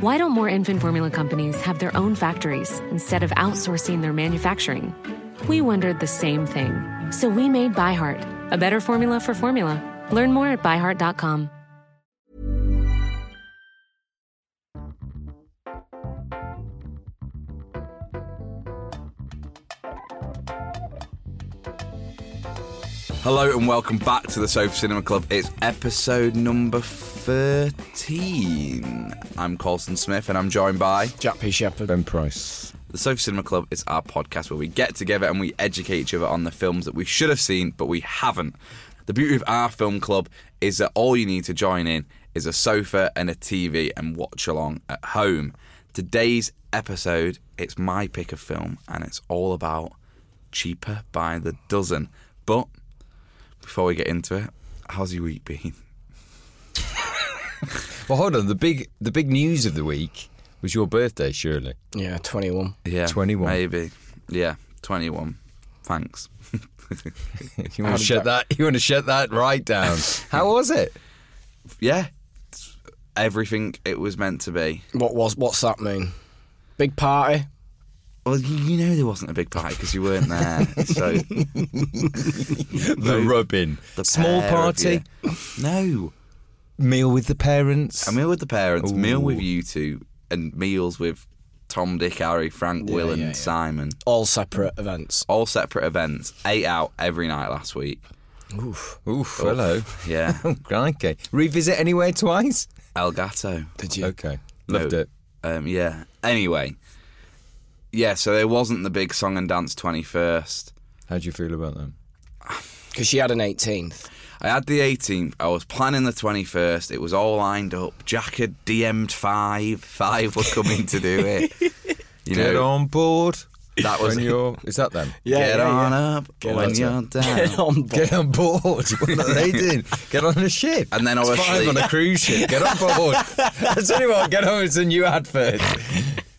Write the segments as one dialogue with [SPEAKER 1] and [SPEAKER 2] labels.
[SPEAKER 1] Why don't more infant formula companies have their own factories instead of outsourcing their manufacturing? We wondered the same thing. So we made ByHeart, a better formula for formula. Learn more at byheart.com.
[SPEAKER 2] Hello and welcome back to the Sofa Cinema Club. It's episode number 13. I'm Colson Smith and I'm joined by
[SPEAKER 3] Jack P. Shepherd.
[SPEAKER 4] Ben Price.
[SPEAKER 2] The Sofa Cinema Club is our podcast where we get together and we educate each other on the films that we should have seen but we haven't. The beauty of our film club is that all you need to join in is a sofa and a TV and watch along at home. Today's episode, it's my pick of film and it's all about cheaper by the dozen. But before we get into it, how's your week been?
[SPEAKER 4] Well, hold on. The big the big news of the week was your birthday, surely.
[SPEAKER 3] Yeah, 21.
[SPEAKER 2] Yeah,
[SPEAKER 4] 21.
[SPEAKER 2] maybe. Yeah, twenty-one. Thanks.
[SPEAKER 4] You want to shut that? You want to shut that right down? How was it?
[SPEAKER 2] yeah, it's everything it was meant to be.
[SPEAKER 3] What was? What's that mean? Big party.
[SPEAKER 2] Well, you, you know there wasn't a big party because you weren't there. So
[SPEAKER 4] The rubbing.
[SPEAKER 2] the
[SPEAKER 4] Small
[SPEAKER 2] pair of
[SPEAKER 4] party.
[SPEAKER 2] you- No,
[SPEAKER 4] Meal with the parents.
[SPEAKER 2] a meal with the parents, meal with
[SPEAKER 4] Ooh.
[SPEAKER 2] you two, and meals with Tom, Dick, Harry, Frank, Will, and Simon.
[SPEAKER 3] All separate events.
[SPEAKER 2] All separate events. Eight out every night last week.
[SPEAKER 3] Oof.
[SPEAKER 4] Oof, hello.
[SPEAKER 2] Yeah,
[SPEAKER 4] Oh, crikey. Revisit anywhere twice?
[SPEAKER 2] El Gato.
[SPEAKER 3] Did you?
[SPEAKER 4] Okay.
[SPEAKER 2] No.
[SPEAKER 4] Loved it.
[SPEAKER 2] Um, yeah. Anyway, yeah. So there wasn't the big song and dance twenty first.
[SPEAKER 4] How do you feel about them?
[SPEAKER 3] Because she had an 18th.
[SPEAKER 2] I had the 18th. I was planning the 21st. It was all lined up. Jack had DM'd five. Five were coming to do it. You
[SPEAKER 4] Get
[SPEAKER 2] know,
[SPEAKER 4] on board.
[SPEAKER 2] that was
[SPEAKER 4] when you're, is that them?
[SPEAKER 2] Get on up when
[SPEAKER 3] on.
[SPEAKER 2] you're down.
[SPEAKER 3] Get on board.
[SPEAKER 4] Get on board. What are they doing? Get on a ship.
[SPEAKER 2] And then
[SPEAKER 4] It's
[SPEAKER 2] obviously-
[SPEAKER 4] five on a cruise ship. Get on board. I tell you what, get on. It's a new advert.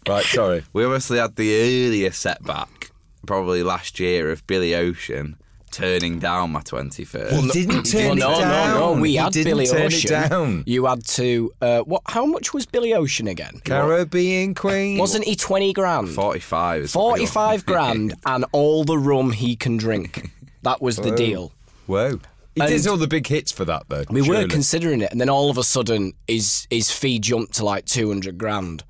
[SPEAKER 4] Right, sorry.
[SPEAKER 2] We obviously had the earlier setback, probably last year, of Billy Ocean turning down my 21st.
[SPEAKER 4] He didn't turn
[SPEAKER 3] no,
[SPEAKER 4] it down.
[SPEAKER 3] no, no. We
[SPEAKER 4] He
[SPEAKER 3] had
[SPEAKER 4] didn't
[SPEAKER 3] Billy
[SPEAKER 4] turn
[SPEAKER 3] Ocean.
[SPEAKER 4] it down.
[SPEAKER 3] You had to. Uh, what? How much was Billy Ocean again?
[SPEAKER 4] Caribbean Queen.
[SPEAKER 3] Wasn't he 20 grand?
[SPEAKER 2] 45 is what we
[SPEAKER 3] 45
[SPEAKER 2] were.
[SPEAKER 3] grand and all the rum he can drink. That was
[SPEAKER 4] Oh,
[SPEAKER 3] the deal.
[SPEAKER 4] Whoa. He
[SPEAKER 3] And-
[SPEAKER 4] did all the big hits for that though.
[SPEAKER 3] We were
[SPEAKER 4] surely.
[SPEAKER 3] considering it, and then all of a sudden, his his fee jumped to like two hundred grand.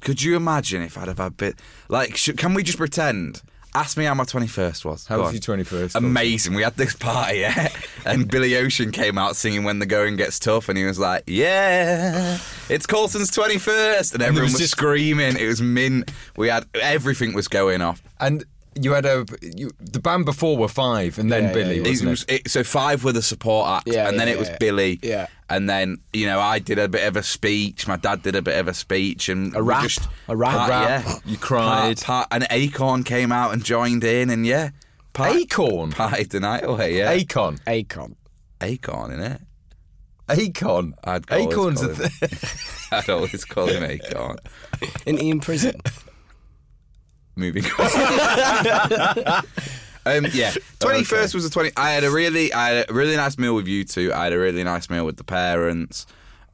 [SPEAKER 2] Could you imagine if I'd have had bit. Like, sh- can we just pretend? Ask me how my 21st was.
[SPEAKER 4] How
[SPEAKER 2] Go
[SPEAKER 4] was
[SPEAKER 2] on.
[SPEAKER 4] your twenty first?
[SPEAKER 2] amazing. We had this party, yeah, and Billy Ocean came out singing "When the Going Gets Tough," and he was like, "Yeah, it's Colson's twenty first and everyone
[SPEAKER 4] was
[SPEAKER 2] was
[SPEAKER 4] just-
[SPEAKER 2] screaming. It was mint. We had everything was going off.
[SPEAKER 4] And you had a you, the band before were five, and then
[SPEAKER 3] Yeah,
[SPEAKER 4] Billy.
[SPEAKER 3] yeah,
[SPEAKER 2] It
[SPEAKER 4] wasn't
[SPEAKER 2] was, it, so five were the support act,
[SPEAKER 3] Yeah,
[SPEAKER 2] and then
[SPEAKER 3] yeah,
[SPEAKER 2] it was
[SPEAKER 3] yeah.
[SPEAKER 2] Billy.
[SPEAKER 3] Yeah.
[SPEAKER 2] And then you know I did a bit of a speech. My dad did a bit of a speech and
[SPEAKER 3] A
[SPEAKER 2] we
[SPEAKER 3] rap.
[SPEAKER 2] just-
[SPEAKER 3] A rap.
[SPEAKER 2] Part-
[SPEAKER 3] A rap.
[SPEAKER 2] Yeah.
[SPEAKER 4] You cried.
[SPEAKER 2] Part, part, and Acorn came out and joined in, and yeah, part,
[SPEAKER 4] Acorn?
[SPEAKER 2] partied the night away. Yeah,
[SPEAKER 4] Acon.
[SPEAKER 3] Acon.
[SPEAKER 2] Acorn in it.
[SPEAKER 4] Acon.
[SPEAKER 2] I'd call
[SPEAKER 4] Acorn's
[SPEAKER 2] his
[SPEAKER 4] a
[SPEAKER 2] colour.
[SPEAKER 4] thing.
[SPEAKER 2] I'd always call him Acorn.
[SPEAKER 3] Isn't he in prison?
[SPEAKER 2] Moving on. um, yeah, twenty first was the twenty. I had a really, I had a really nice meal with you two. I had a really nice meal with the parents.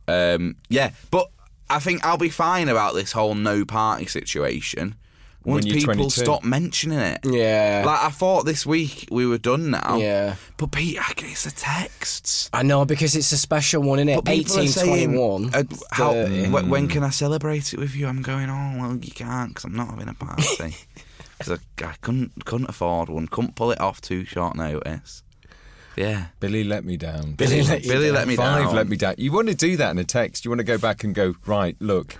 [SPEAKER 2] Um, yeah, but I think I'll be fine about this whole no party situation once
[SPEAKER 4] you're
[SPEAKER 2] people
[SPEAKER 4] 22.
[SPEAKER 2] stop mentioning it.
[SPEAKER 3] Yeah.
[SPEAKER 2] like I thought this week we were done
[SPEAKER 4] Oh.
[SPEAKER 2] now.
[SPEAKER 3] Yeah.
[SPEAKER 2] but Pete, I guess the texts.
[SPEAKER 3] I know because it's a special one, innit?
[SPEAKER 2] But people are
[SPEAKER 3] Eighteen
[SPEAKER 2] saying,
[SPEAKER 3] twenty one.
[SPEAKER 2] uh, how- wh- when can I celebrate it with you? I'm going. Oh well, you can't because I'm not having a party. Because I, I couldn't couldn't afford one. Couldn't pull it off too short notice. Yeah.
[SPEAKER 4] Billy let me down.
[SPEAKER 3] Billy let you
[SPEAKER 2] Billy
[SPEAKER 3] down.
[SPEAKER 2] uh, let me
[SPEAKER 4] Five
[SPEAKER 2] down.
[SPEAKER 4] let me down. You want to do that in a text. You want to go back and go, right, look,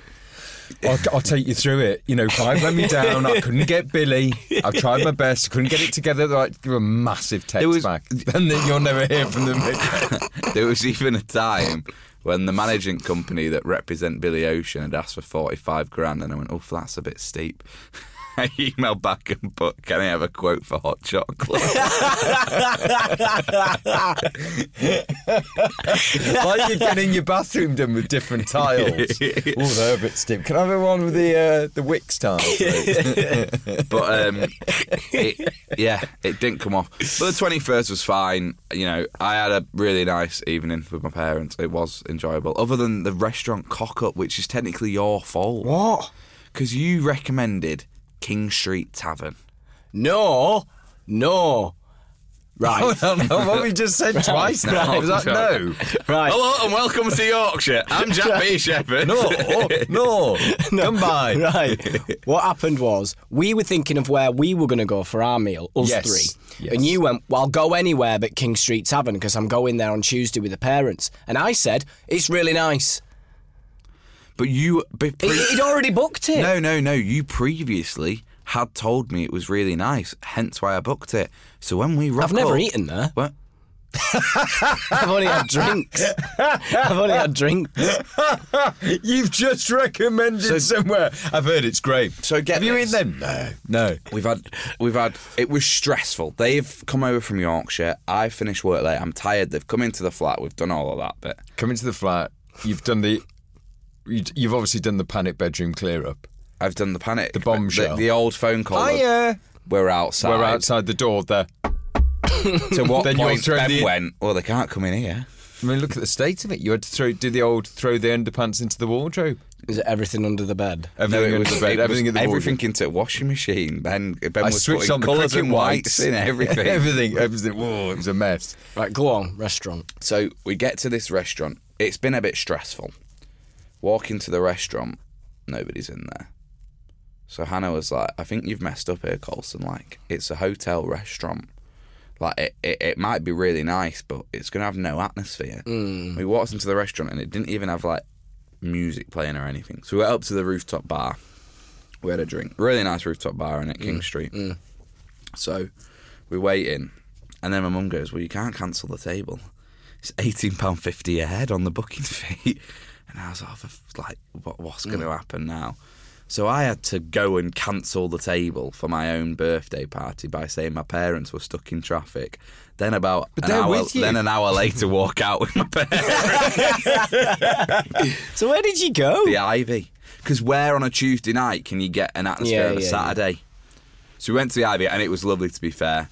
[SPEAKER 4] I'll, I'll take you through it. You know, five let me down. I couldn't get Billy. I tried my best. I couldn't get it together. Like, give a massive text
[SPEAKER 2] was-
[SPEAKER 4] back. And then you'll never hear from them again.
[SPEAKER 2] there was even a time when the management company that represent Billy Ocean had asked for 45 grand, and I went, oh, that's a bit steep. I emailed back and put, can I have a quote for hot chocolate?
[SPEAKER 4] like you're getting your bathroom done with different tiles. oh, they're a bit steep. Can I have one with the uh, the wicks tiles? please?
[SPEAKER 2] but um, it, yeah, it didn't come off. But the twenty first was fine. You know, I had a really nice evening with my parents. It was enjoyable, other than the restaurant cock up, which is technically your fault. What? Because you recommended King Street Tavern.
[SPEAKER 3] No, no. Right,
[SPEAKER 4] Hold on, what we just said twice now. Was that no?
[SPEAKER 3] right.
[SPEAKER 2] Hello and welcome to Yorkshire. I'm Jack B. Shepherd.
[SPEAKER 4] No, oh, no, come by.
[SPEAKER 3] Right. what happened was we were thinking of where we were going to go for our meal, us
[SPEAKER 4] Yes.
[SPEAKER 3] three.
[SPEAKER 4] Yes.
[SPEAKER 3] And you went, well, I'll go anywhere but King Street Tavern because I'm going there on Tuesday with the parents. And I said, it's really nice.
[SPEAKER 2] but you. Be
[SPEAKER 3] He-
[SPEAKER 2] pre-
[SPEAKER 3] He'd already booked it.
[SPEAKER 2] No, no, no. You previously had told me it was really nice, hence why I booked it. So when we rock
[SPEAKER 3] I've never
[SPEAKER 2] up-
[SPEAKER 3] eaten there.
[SPEAKER 2] What?
[SPEAKER 3] I've only had drinks. I've only had drinks.
[SPEAKER 4] You've just recommended somewhere. I've heard it's great.
[SPEAKER 2] So get
[SPEAKER 4] Have you
[SPEAKER 2] this.
[SPEAKER 4] eaten them? No, no.
[SPEAKER 2] We've had, we've had. It was stressful. They've come over from Yorkshire. I finished work late. I'm tired. They've come into the flat. We've done all of that bit.
[SPEAKER 4] Come into the flat. You've done the. you- You've obviously done the panic bedroom clear up.
[SPEAKER 2] I've done the panic, the
[SPEAKER 4] bombshell.
[SPEAKER 2] the, old phone call. of,
[SPEAKER 4] Hiya.
[SPEAKER 2] We're outside.
[SPEAKER 4] We're outside the door there.
[SPEAKER 2] To what
[SPEAKER 4] Then you're
[SPEAKER 2] point
[SPEAKER 4] throwing
[SPEAKER 2] Ben
[SPEAKER 4] the-
[SPEAKER 2] went? Well, they can't come in here.
[SPEAKER 4] I mean, look at the state of it. You had to throw, do the old throw the underpants into the wardrobe.
[SPEAKER 3] Is it everything under the bed?
[SPEAKER 4] Everything in the bed.
[SPEAKER 2] it
[SPEAKER 4] Everything in the
[SPEAKER 2] everything
[SPEAKER 4] wardrobe.
[SPEAKER 2] into a washing machine. Ben, Ben
[SPEAKER 4] I
[SPEAKER 2] was
[SPEAKER 4] switched
[SPEAKER 2] putting
[SPEAKER 4] on the
[SPEAKER 2] colours
[SPEAKER 4] cricket
[SPEAKER 2] and whites
[SPEAKER 4] whites
[SPEAKER 2] in everything.
[SPEAKER 4] everything. Everything. Whoa, it was a mess.
[SPEAKER 3] Right, go on, restaurant.
[SPEAKER 2] So we get to this restaurant. It's been a bit stressful. Walk into the restaurant, nobody's in there. So Hannah was like, I think you've messed up here, Colson. Like, it's a hotel restaurant. Like, it, it, it might be really nice, but it's going to have no atmosphere. We walked into the restaurant and it didn't even have, like, music playing or anything. So we went up to the rooftop bar. We had a drink. Really nice rooftop bar in at King Street. So we wait in, and then my mum goes, "Well, you can't cancel the table. It's eighteen pound fifty a head on the booking fee." And I was like, "Oh, "For f- like, what, what's going to
[SPEAKER 4] Mm.
[SPEAKER 2] happen now? So I had to go and cancel the table for my own birthday party by saying my parents were stuck in traffic. Then about an
[SPEAKER 4] they're
[SPEAKER 2] hour,
[SPEAKER 4] with you.
[SPEAKER 2] then an hour later, walk out with my parents.
[SPEAKER 3] So where did you go?
[SPEAKER 2] the Ivy, because where on a Tuesday night can you get an atmosphere
[SPEAKER 3] Yeah,
[SPEAKER 2] on a
[SPEAKER 3] yeah, yeah.
[SPEAKER 2] Saturday? So we went to the Ivy, and it was lovely. To be fair,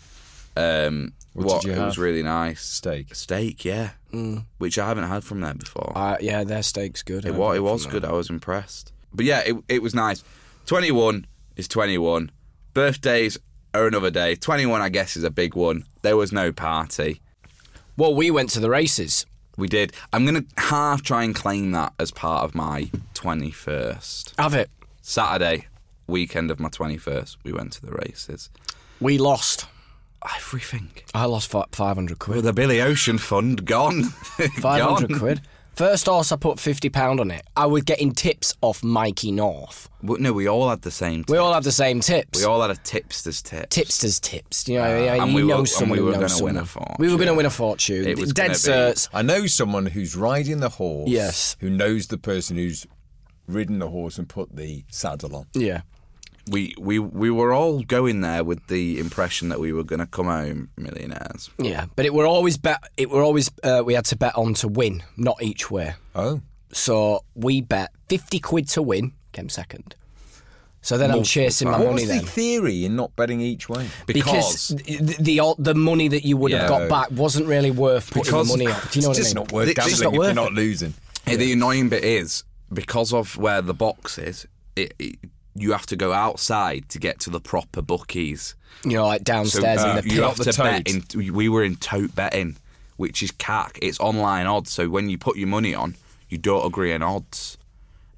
[SPEAKER 2] um,
[SPEAKER 4] What
[SPEAKER 2] what-
[SPEAKER 4] did you
[SPEAKER 2] it was
[SPEAKER 4] have?
[SPEAKER 2] really nice.
[SPEAKER 4] Steak. Mm.
[SPEAKER 2] Steak, yeah. Which I haven't had from there before.
[SPEAKER 3] Uh, yeah, their steak's good.
[SPEAKER 2] it was, it was good. I was impressed. But yeah, it, it was nice. 21 is 21. Birthdays are another day. 21, I guess, is a big one. There was no party.
[SPEAKER 3] Well, we went to the races.
[SPEAKER 2] We did. I'm going to half try and claim that as part of my 21st.
[SPEAKER 3] Have it.
[SPEAKER 2] Saturday, weekend of my 21st, we went to the races.
[SPEAKER 3] We lost.
[SPEAKER 2] Everything.
[SPEAKER 3] I lost fi- 500 quid.
[SPEAKER 2] The Billy Ocean Fund gone.
[SPEAKER 3] 500
[SPEAKER 2] Gone.
[SPEAKER 3] quid. First horse, I put £50 pound on it. I was getting tips off Mikey North.
[SPEAKER 2] Well, No, we all had the same.
[SPEAKER 3] We all have the same tips.
[SPEAKER 2] We all had a tipster's tip.
[SPEAKER 3] Tipsters tips. You know, what I mean?
[SPEAKER 2] and
[SPEAKER 3] you
[SPEAKER 2] we were-
[SPEAKER 3] know
[SPEAKER 2] and
[SPEAKER 3] someone
[SPEAKER 2] we
[SPEAKER 3] who
[SPEAKER 2] were
[SPEAKER 3] knows
[SPEAKER 2] gonna
[SPEAKER 3] someone.
[SPEAKER 2] win a fortune.
[SPEAKER 3] We were going to win a fortune.
[SPEAKER 2] It was
[SPEAKER 3] Dead
[SPEAKER 2] gonna be-
[SPEAKER 3] certs.
[SPEAKER 4] I know someone who's riding the horse.
[SPEAKER 3] Yes.
[SPEAKER 4] Who knows the person who's ridden the horse and put the saddle on.
[SPEAKER 3] Yeah.
[SPEAKER 2] We we we were all going there with the impression that we were going to come home millionaires.
[SPEAKER 3] Yeah. But it were always bet. It were always uh, we had to bet on to win, not each way.
[SPEAKER 4] Oh.
[SPEAKER 3] So we bet 50 quid to win, came second. So then I'm chasing my
[SPEAKER 4] What
[SPEAKER 3] money
[SPEAKER 4] was the
[SPEAKER 3] then.
[SPEAKER 4] theory in not betting each way?
[SPEAKER 2] Because,
[SPEAKER 3] th- th- the, the money that you would have
[SPEAKER 4] Yeah.
[SPEAKER 3] got back wasn't really worth putting
[SPEAKER 4] Because
[SPEAKER 3] the money on. Do you know what I
[SPEAKER 4] it's just
[SPEAKER 3] mean?
[SPEAKER 4] not worth
[SPEAKER 2] It's
[SPEAKER 4] gambling
[SPEAKER 2] just
[SPEAKER 3] not
[SPEAKER 4] if
[SPEAKER 3] worth
[SPEAKER 4] you're
[SPEAKER 3] it.
[SPEAKER 4] not losing.
[SPEAKER 2] the annoying bit is because of where the box is. It, it, you have to go outside to get to the proper bookies.
[SPEAKER 3] You know, like downstairs in
[SPEAKER 2] uh,
[SPEAKER 3] the pit.
[SPEAKER 2] you have
[SPEAKER 4] The
[SPEAKER 2] to bet.
[SPEAKER 4] tote.
[SPEAKER 2] In, we were in tote betting, which is cack. It's online odds. So when you put your money on, you don't agree on odds.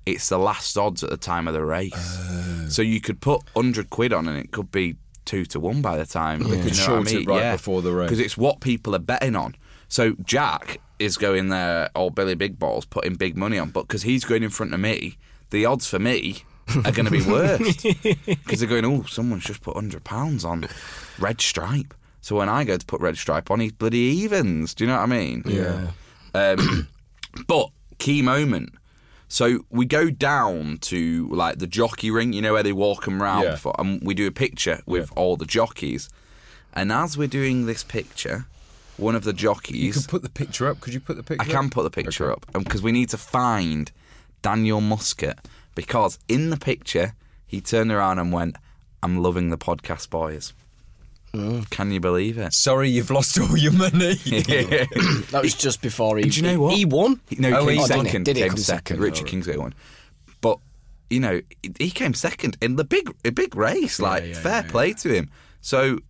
[SPEAKER 2] It's the last odds at the time of the race. So you could put hundred quid on, and it could be two to one by the time.
[SPEAKER 4] could short it right before the race.
[SPEAKER 2] Because it's what people are betting on. So Jack is going there, or Billy Big Balls, putting big money on, but because he's going in front of me, the odds for me are going to be worse. Because they're going, oh, someone's just put £100 on Red Stripe. So when I go to put Red Stripe on, he's bloody evens. Do you know what I mean? Yeah. Um, but key moment. So we go down to like the jockey ring, you know, where they walk them round,
[SPEAKER 4] Yeah.
[SPEAKER 2] before, and we do a picture with
[SPEAKER 4] Yeah.
[SPEAKER 2] all the jockeys. And as we're doing this picture, one of the
[SPEAKER 4] You
[SPEAKER 2] jockeys,
[SPEAKER 4] could put the picture up. Could you put the picture?
[SPEAKER 2] I can put the picture up because we need to find Daniel Muscat because in the picture he turned around and went, "I'm loving the podcast, boys."
[SPEAKER 4] Mm.
[SPEAKER 2] Can you believe it?
[SPEAKER 4] Sorry, you've lost all your money.
[SPEAKER 3] That was just before he.
[SPEAKER 2] And do you know what?
[SPEAKER 3] He won.
[SPEAKER 2] He- No,
[SPEAKER 4] Oh,
[SPEAKER 2] he
[SPEAKER 4] he
[SPEAKER 2] came
[SPEAKER 4] did.
[SPEAKER 2] second.
[SPEAKER 3] Did he
[SPEAKER 2] came
[SPEAKER 3] come
[SPEAKER 2] second.
[SPEAKER 3] second?
[SPEAKER 2] Richard Kingsley won. But you know, he- he came second in the big, a big race. Like, fair play to him. So,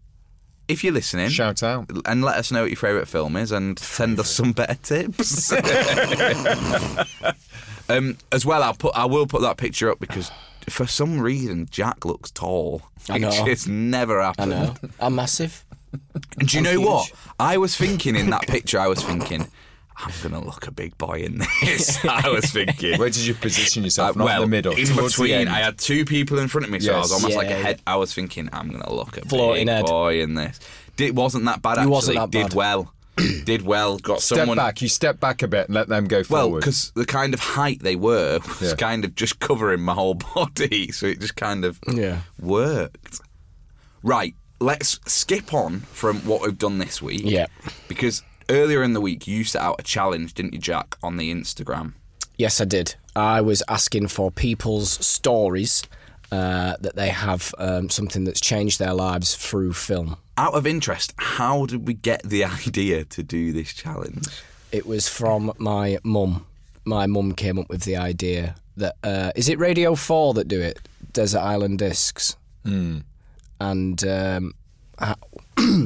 [SPEAKER 2] if you're listening,
[SPEAKER 4] Shout out.
[SPEAKER 2] and let us know what your favourite film is, and send us some better tips. um, as well, I'll put, I will put that picture up because for some reason Jack looks tall,
[SPEAKER 3] I know.
[SPEAKER 2] which is never
[SPEAKER 3] I
[SPEAKER 2] happened.
[SPEAKER 3] know. I'm massive.
[SPEAKER 2] And do you know
[SPEAKER 3] huge.
[SPEAKER 2] what? I was thinking in that picture, I was thinking, I'm going to look a big boy in this. I was thinking.
[SPEAKER 4] Where did you position yourself?
[SPEAKER 2] Uh,
[SPEAKER 4] Not
[SPEAKER 2] well,
[SPEAKER 4] in the middle.
[SPEAKER 2] in
[SPEAKER 4] towards the
[SPEAKER 2] between,
[SPEAKER 4] end.
[SPEAKER 2] I had two people in front of me, so I was
[SPEAKER 4] Yes.
[SPEAKER 2] almost
[SPEAKER 3] Yeah,
[SPEAKER 2] like a
[SPEAKER 3] yeah.
[SPEAKER 2] head. I was thinking, I'm gonna look a
[SPEAKER 3] Floating
[SPEAKER 2] big
[SPEAKER 3] head.
[SPEAKER 2] boy in this. It wasn't that bad.
[SPEAKER 3] You
[SPEAKER 2] Actually,
[SPEAKER 3] wasn't that
[SPEAKER 2] did
[SPEAKER 3] bad.
[SPEAKER 2] well. did well. Got
[SPEAKER 4] step
[SPEAKER 2] someone
[SPEAKER 4] back. You step back a bit and let them go
[SPEAKER 2] Well,
[SPEAKER 4] forward.
[SPEAKER 2] because the kind of height they were was
[SPEAKER 4] Yeah.
[SPEAKER 2] kind of just covering my whole body, so it just kind of
[SPEAKER 3] Yeah.
[SPEAKER 2] worked. Right, let's skip on from what we've done this week.
[SPEAKER 3] Yeah.
[SPEAKER 2] Because earlier in the week, you set out a challenge, didn't you, Jack, on the Instagram?
[SPEAKER 3] Yes, I did. I was asking for people's stories uh, that they have um, something that's changed their lives through film.
[SPEAKER 2] Out of interest, how did we get the idea to do this challenge?
[SPEAKER 3] It was from my mum. My mum came up with the idea that uh, is it Radio Four that do it? Desert Island Discs,
[SPEAKER 2] Hmm.
[SPEAKER 3] mm. and um, ha-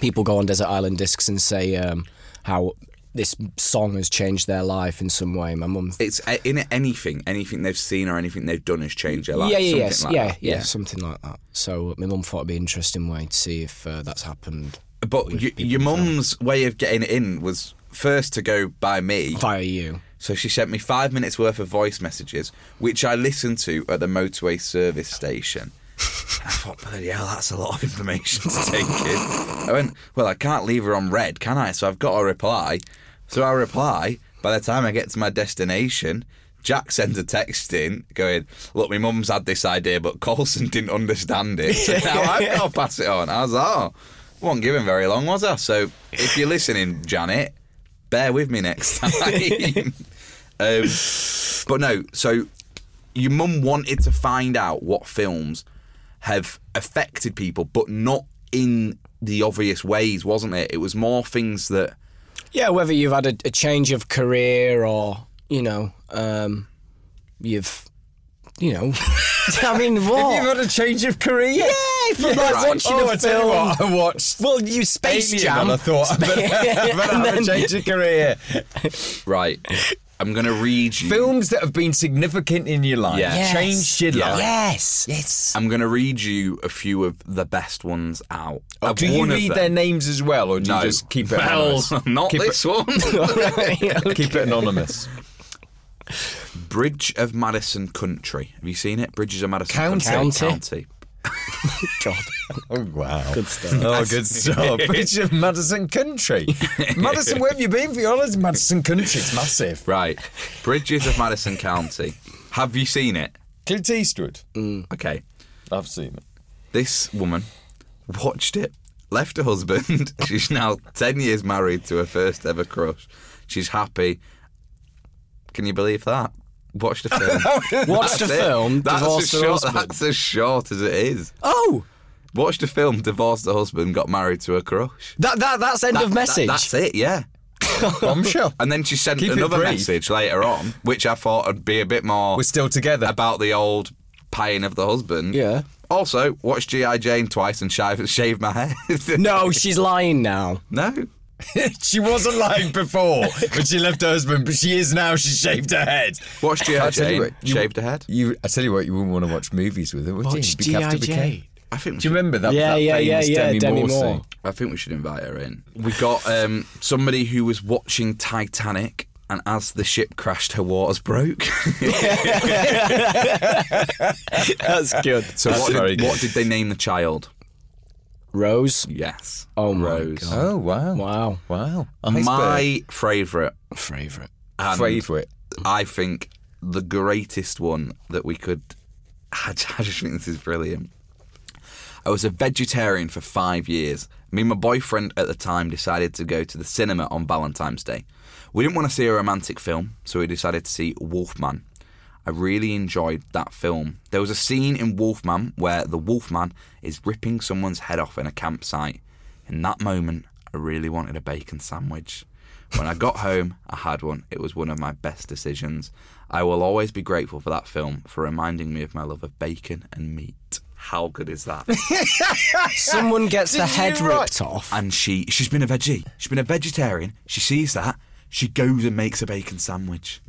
[SPEAKER 3] people go on Desert Island Discs and say um, how this song has changed their life in some way. My mum,
[SPEAKER 2] It's uh, in it anything, anything they've seen or anything they've done has changed their life.
[SPEAKER 3] yeah, yeah,
[SPEAKER 2] something
[SPEAKER 3] yes,
[SPEAKER 2] like
[SPEAKER 3] yeah,
[SPEAKER 2] that.
[SPEAKER 3] yeah, something like that. So my mum thought it'd be an interesting way to see if uh, that's happened
[SPEAKER 2] But y- your mum's way of getting it in was first to go by me.
[SPEAKER 3] via you.
[SPEAKER 2] So she sent me five minutes worth of voice messages, which I listened to at the motorway service station. I thought, bloody hell, that's a lot of information to take in. I went, well, I can't leave her on red, can I? So I've got to reply. So I reply. By the time I get to my destination, Jack sends a text in going, look, my mum's had this idea, but Colson didn't understand it. So now I've got to pass it on. I was like, oh, wasn't given very long, was I? So if you're listening, Janet, bear with me next time. um, but no, so your mum wanted to find out what films have affected people, but not in the obvious ways, wasn't it? It was more things that
[SPEAKER 3] Yeah, whether you've had a, a change of career or you know, um, you've you know, I mean, what?
[SPEAKER 4] You've had a change of career.
[SPEAKER 3] yeah, from like
[SPEAKER 2] right.
[SPEAKER 3] watching a
[SPEAKER 4] oh, I
[SPEAKER 3] film.
[SPEAKER 4] tell you what, I watched.
[SPEAKER 3] well, you Space
[SPEAKER 4] Alien
[SPEAKER 3] Jam.
[SPEAKER 4] and I thought I better, I better have a
[SPEAKER 3] then-
[SPEAKER 4] change of career.
[SPEAKER 2] right. I'm gonna read you.
[SPEAKER 4] Films that have been significant in your life,
[SPEAKER 2] Yeah. Yes.
[SPEAKER 4] changed your
[SPEAKER 2] Yeah.
[SPEAKER 4] life.
[SPEAKER 3] Yes, yes.
[SPEAKER 2] I'm gonna read you a few of the best ones out. Of
[SPEAKER 4] Oh, Do you
[SPEAKER 2] one of
[SPEAKER 4] read
[SPEAKER 2] them.
[SPEAKER 4] their names as well, or do
[SPEAKER 2] No.
[SPEAKER 4] you just keep it
[SPEAKER 2] Well,
[SPEAKER 4] anonymous?
[SPEAKER 2] not
[SPEAKER 4] keep
[SPEAKER 2] this one.
[SPEAKER 4] It, keep it anonymous.
[SPEAKER 2] Bridge of Madison Country. Have you seen it? Bridges of Madison
[SPEAKER 4] County.
[SPEAKER 2] Country.
[SPEAKER 3] County.
[SPEAKER 2] County.
[SPEAKER 3] God,
[SPEAKER 4] Oh wow!
[SPEAKER 3] good stuff.
[SPEAKER 4] Oh, good stuff. Bridge of Madison Country. Madison, where have you been for your holidays? Madison Country. It's massive.
[SPEAKER 2] Right. Bridges of Madison County. Have you seen it?
[SPEAKER 4] Clint Eastwood.
[SPEAKER 2] Okay.
[SPEAKER 4] I've seen it.
[SPEAKER 2] This woman watched it, left her husband. She's now 10 years married to her first ever crush. She's happy. Can you believe that? Watched a film.
[SPEAKER 3] Watched a
[SPEAKER 2] That's it.
[SPEAKER 3] film,
[SPEAKER 2] That's as,
[SPEAKER 3] divorced her
[SPEAKER 2] short,
[SPEAKER 3] husband.
[SPEAKER 2] that's as short as it is.
[SPEAKER 3] Oh,
[SPEAKER 2] Watched a film, divorced her husband, got married to her crush.
[SPEAKER 3] that that that's end
[SPEAKER 2] That-
[SPEAKER 3] of
[SPEAKER 2] that-
[SPEAKER 3] message.
[SPEAKER 2] that's it, yeah.
[SPEAKER 4] Bombshell.
[SPEAKER 2] And then she sent
[SPEAKER 4] Keep it
[SPEAKER 2] another
[SPEAKER 4] brief.
[SPEAKER 2] message later on, which I thought would be a bit more.
[SPEAKER 4] We're still together.
[SPEAKER 2] about the old pain of the husband.
[SPEAKER 3] Yeah.
[SPEAKER 2] Also, watched G.I. Jane twice and shave, shaved my head.
[SPEAKER 3] no, she's lying now.
[SPEAKER 2] No.
[SPEAKER 4] she wasn't lying before when she left her husband, but she is now. She shaved her head.
[SPEAKER 2] Watched G.I.
[SPEAKER 4] I tell you
[SPEAKER 2] Jane,
[SPEAKER 4] what, you-
[SPEAKER 2] shaved her head.
[SPEAKER 4] You, I tell you what, you wouldn't want to watch movies with her, would you?
[SPEAKER 3] Watch
[SPEAKER 4] You'd be- have to
[SPEAKER 3] G.I.
[SPEAKER 4] be
[SPEAKER 3] Jane.
[SPEAKER 4] careful.
[SPEAKER 2] I think we
[SPEAKER 4] Do you
[SPEAKER 2] should-
[SPEAKER 4] remember that?
[SPEAKER 3] Yeah,
[SPEAKER 4] that
[SPEAKER 3] yeah, yeah,
[SPEAKER 4] famous
[SPEAKER 3] yeah,
[SPEAKER 4] Demi,
[SPEAKER 3] Demi
[SPEAKER 4] Moore,
[SPEAKER 3] Moore.
[SPEAKER 4] thing?
[SPEAKER 2] I think we should invite her in. We got um, somebody who was watching Titanic, and as the ship crashed, her waters broke.
[SPEAKER 3] That's good.
[SPEAKER 2] so
[SPEAKER 4] That's
[SPEAKER 2] what
[SPEAKER 4] very
[SPEAKER 2] did,
[SPEAKER 4] good.
[SPEAKER 2] what did they name the child?
[SPEAKER 3] Rose.
[SPEAKER 2] Yes.
[SPEAKER 3] Oh my
[SPEAKER 2] Rose.
[SPEAKER 3] God.
[SPEAKER 4] Oh wow,
[SPEAKER 3] Wow.
[SPEAKER 4] wow.
[SPEAKER 2] My favourite,
[SPEAKER 3] Favorite.
[SPEAKER 2] and
[SPEAKER 4] favourite.
[SPEAKER 2] I think the greatest one that we could. I just think this is brilliant. I was a vegetarian for five years. Me and my boyfriend at the time decided to go to the cinema on Valentine's Day. We didn't want to see a romantic film, so we decided to see Wolfman. I really enjoyed that film. There was a scene in Wolfman where the Wolfman is ripping someone's head off in a campsite. In that moment, I really wanted a bacon sandwich. When I got home, I had one. It was one of my best decisions. I will always be grateful for that film for reminding me of my love of bacon and meat. How good is that?
[SPEAKER 3] Someone gets the
[SPEAKER 4] Did
[SPEAKER 3] head
[SPEAKER 4] you write-
[SPEAKER 3] ripped off.
[SPEAKER 2] and she she's been a veggie. She's been a vegetarian. She sees that. She goes and makes a bacon sandwich.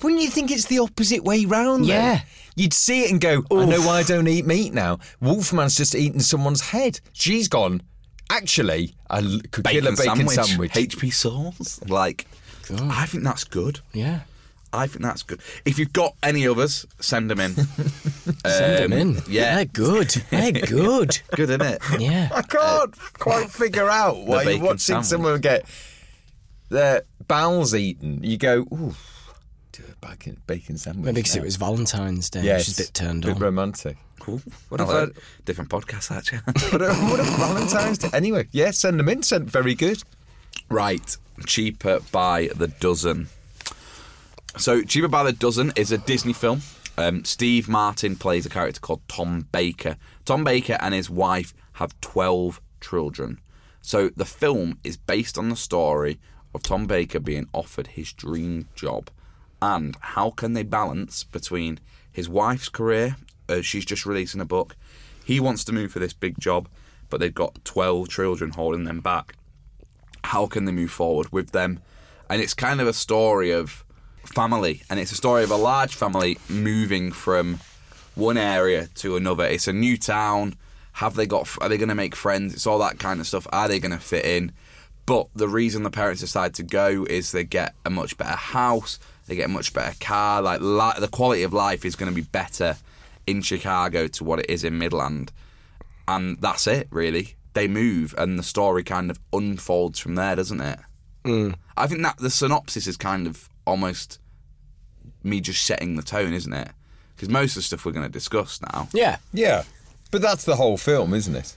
[SPEAKER 4] Wouldn't you think it's the opposite way round? then?
[SPEAKER 3] Yeah.
[SPEAKER 4] You'd see it and go, I know why I don't eat meat now. Wolfman's just eaten someone's head. She's gone. Actually, I l- could kill a bacon sandwich.
[SPEAKER 2] HP sauce. Like, I think that's good.
[SPEAKER 3] Yeah.
[SPEAKER 2] I think that's good. If you've got any others, send them in.
[SPEAKER 3] Send him in.
[SPEAKER 2] yeah.
[SPEAKER 3] They're good. They're good.
[SPEAKER 2] good, isn't it?
[SPEAKER 3] Yeah.
[SPEAKER 4] I can't quite figure out why you're
[SPEAKER 2] bacon
[SPEAKER 4] watching
[SPEAKER 2] sandwich.
[SPEAKER 4] someone get their bowels eaten. You go, ooh, do a bacon, bacon sandwich.
[SPEAKER 3] Maybe because
[SPEAKER 4] now."
[SPEAKER 3] it was Valentine's Day.
[SPEAKER 4] Yes.
[SPEAKER 3] She's a bit turned
[SPEAKER 4] bit
[SPEAKER 3] on.
[SPEAKER 4] romantic.
[SPEAKER 2] Cool.
[SPEAKER 4] What
[SPEAKER 2] Hello.
[SPEAKER 4] if I-
[SPEAKER 2] different podcast actually?
[SPEAKER 4] But uh, what a Valentine's Day. Anyway, yeah, send them in. Sent very good.
[SPEAKER 2] right, cheaper by the dozen. So, Cheaper by the Dozen is a Disney film. Um, Steve Martin plays a character called Tom Baker. Tom Baker and his wife have 12 children. So, the film is based on the story of Tom Baker being offered his dream job. And how can they balance between his wife's career? Uh, she's just releasing a book. He wants to move for this big job, but they've got 12 children holding them back how can they move forward with them? And it's kind of a story of family, and it's a story of a large family moving from one area to another. It's a new town. Have they got? Are they going to make friends? It's all that kind of stuff. Are they going to fit in? But the reason the parents decide to go is they get a much better house. They get a much better car. Like li- the quality of life is going to be better in Chicago to what it is in Midland and that's it really they move and the story kind of unfolds from there doesn't it
[SPEAKER 4] Hmm.
[SPEAKER 2] i think that the synopsis is kind of almost me just setting the tone isn't it because most of the stuff we're going to discuss now
[SPEAKER 3] Yeah.
[SPEAKER 4] Yeah. But that's the whole film, isn't it?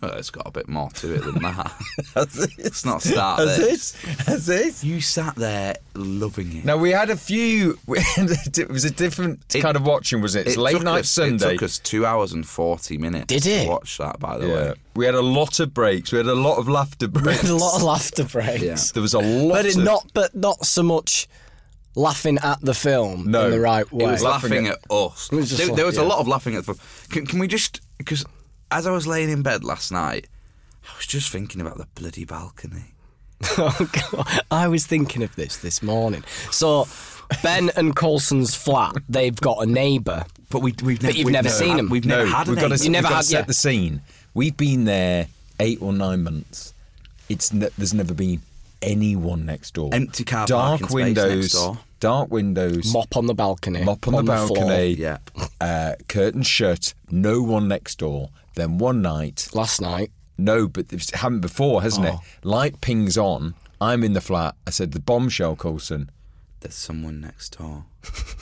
[SPEAKER 2] well, oh, it's got a bit more to it than that let's not start this.
[SPEAKER 4] That's it. That's it.
[SPEAKER 2] you sat there loving it
[SPEAKER 4] Now we had a few. it was a different kind of watching, wasn't it? It's
[SPEAKER 2] It
[SPEAKER 4] late
[SPEAKER 2] took
[SPEAKER 4] night
[SPEAKER 2] us,
[SPEAKER 4] Sunday.
[SPEAKER 2] It took us two hours and forty minutes.
[SPEAKER 3] Did
[SPEAKER 2] To
[SPEAKER 3] it?
[SPEAKER 2] watch that, by the
[SPEAKER 4] yeah,
[SPEAKER 2] way.
[SPEAKER 4] we had a lot of breaks. We had a lot of laughter breaks.
[SPEAKER 3] Had a lot of laughter breaks.
[SPEAKER 2] Yeah.
[SPEAKER 4] There was a lot.
[SPEAKER 3] But it
[SPEAKER 4] of,
[SPEAKER 3] not but not so much laughing at the film
[SPEAKER 4] No.
[SPEAKER 3] in the right
[SPEAKER 4] It
[SPEAKER 3] way.
[SPEAKER 2] It was laughing at, us.
[SPEAKER 3] was just
[SPEAKER 2] there,
[SPEAKER 3] like-
[SPEAKER 2] there was
[SPEAKER 3] yeah.
[SPEAKER 2] a lot of laughing at. The, can, can we just? Because as I was laying in bed last night, I was just thinking about the bloody balcony.
[SPEAKER 3] Oh God. I was thinking of this this morning. So, Ben and Colson's flat, they've got a neighbour.
[SPEAKER 2] But we, we've never,
[SPEAKER 3] But you've
[SPEAKER 2] we've
[SPEAKER 3] never seen
[SPEAKER 2] had-
[SPEAKER 3] 'em.
[SPEAKER 2] We've
[SPEAKER 4] No,
[SPEAKER 2] never had
[SPEAKER 4] we've got to,
[SPEAKER 3] You
[SPEAKER 4] we've
[SPEAKER 3] never
[SPEAKER 4] got to
[SPEAKER 3] had-
[SPEAKER 4] set
[SPEAKER 3] yeah.
[SPEAKER 4] the scene. We've been there eight or nine months. It's ne- there's never been anyone next door.
[SPEAKER 2] Empty car
[SPEAKER 4] dark
[SPEAKER 2] parking space
[SPEAKER 4] windows,
[SPEAKER 2] next door.
[SPEAKER 4] dark windows,
[SPEAKER 3] Mop on the balcony.
[SPEAKER 4] mop on, the
[SPEAKER 3] floor.
[SPEAKER 4] balcony,
[SPEAKER 2] Yeah.
[SPEAKER 4] uh, curtain shut, no one next door. Then one night,
[SPEAKER 3] Last night.
[SPEAKER 4] No, but it's happened before, hasn't it? Light pings on. I'm in the flat. I said the bombshell, Colson.
[SPEAKER 2] There's someone next door.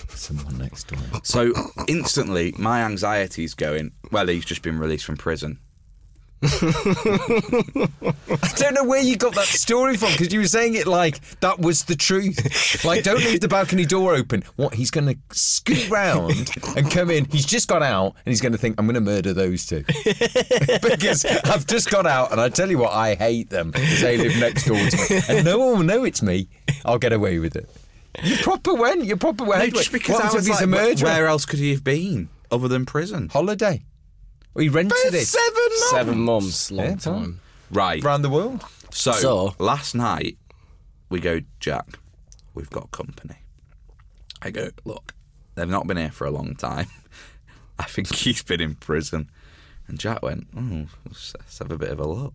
[SPEAKER 4] Someone next door.
[SPEAKER 2] So instantly, my anxiety's going. Well, he's just been released from prison.
[SPEAKER 4] I don't know where you got that story from because you were saying it like that was the truth. Like, don't leave the balcony door open. What? He's going to scoot round and come in. He's just got out and he's going to think I'm going to murder those two because I've just got out and I tell you what, I hate them because they live next door to me and no one will know it's me. I'll get away with it. You proper went. You proper went. What if he's a murderer?
[SPEAKER 2] where else could he have been other than prison?
[SPEAKER 4] holiday. We rented it
[SPEAKER 2] months.
[SPEAKER 3] Seven months, long
[SPEAKER 4] Yeah,
[SPEAKER 3] time.
[SPEAKER 2] Right.
[SPEAKER 4] around the world.
[SPEAKER 2] So,
[SPEAKER 3] So-
[SPEAKER 2] last night, we go, Jack, we've got company. I go, look, they've not been here for a long time. I think he's been in prison. And Jack went, oh, let's, let's have a bit of a look.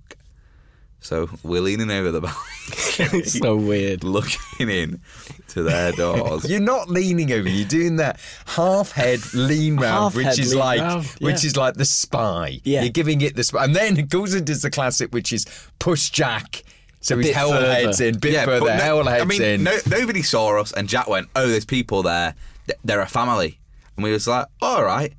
[SPEAKER 2] So we're leaning over the balcony,
[SPEAKER 3] so weird.
[SPEAKER 2] looking in to their doors.
[SPEAKER 4] You're not leaning over. You're doing that half head lean round,
[SPEAKER 3] Half
[SPEAKER 4] which
[SPEAKER 3] head
[SPEAKER 4] is
[SPEAKER 3] lean
[SPEAKER 4] like
[SPEAKER 3] round,
[SPEAKER 4] which
[SPEAKER 3] yeah.
[SPEAKER 4] is like the spy.
[SPEAKER 3] Yeah.
[SPEAKER 4] You're giving it the spy, and then it goes and does the classic, which is push Jack. So his
[SPEAKER 3] bit
[SPEAKER 4] hell
[SPEAKER 3] further.
[SPEAKER 4] heads in, bit further,
[SPEAKER 2] no-
[SPEAKER 4] hell heads
[SPEAKER 2] I mean,
[SPEAKER 4] in.
[SPEAKER 2] No, nobody saw us, and Jack went, "Oh, there's people there. Th- They're a family," and we was like, "All right."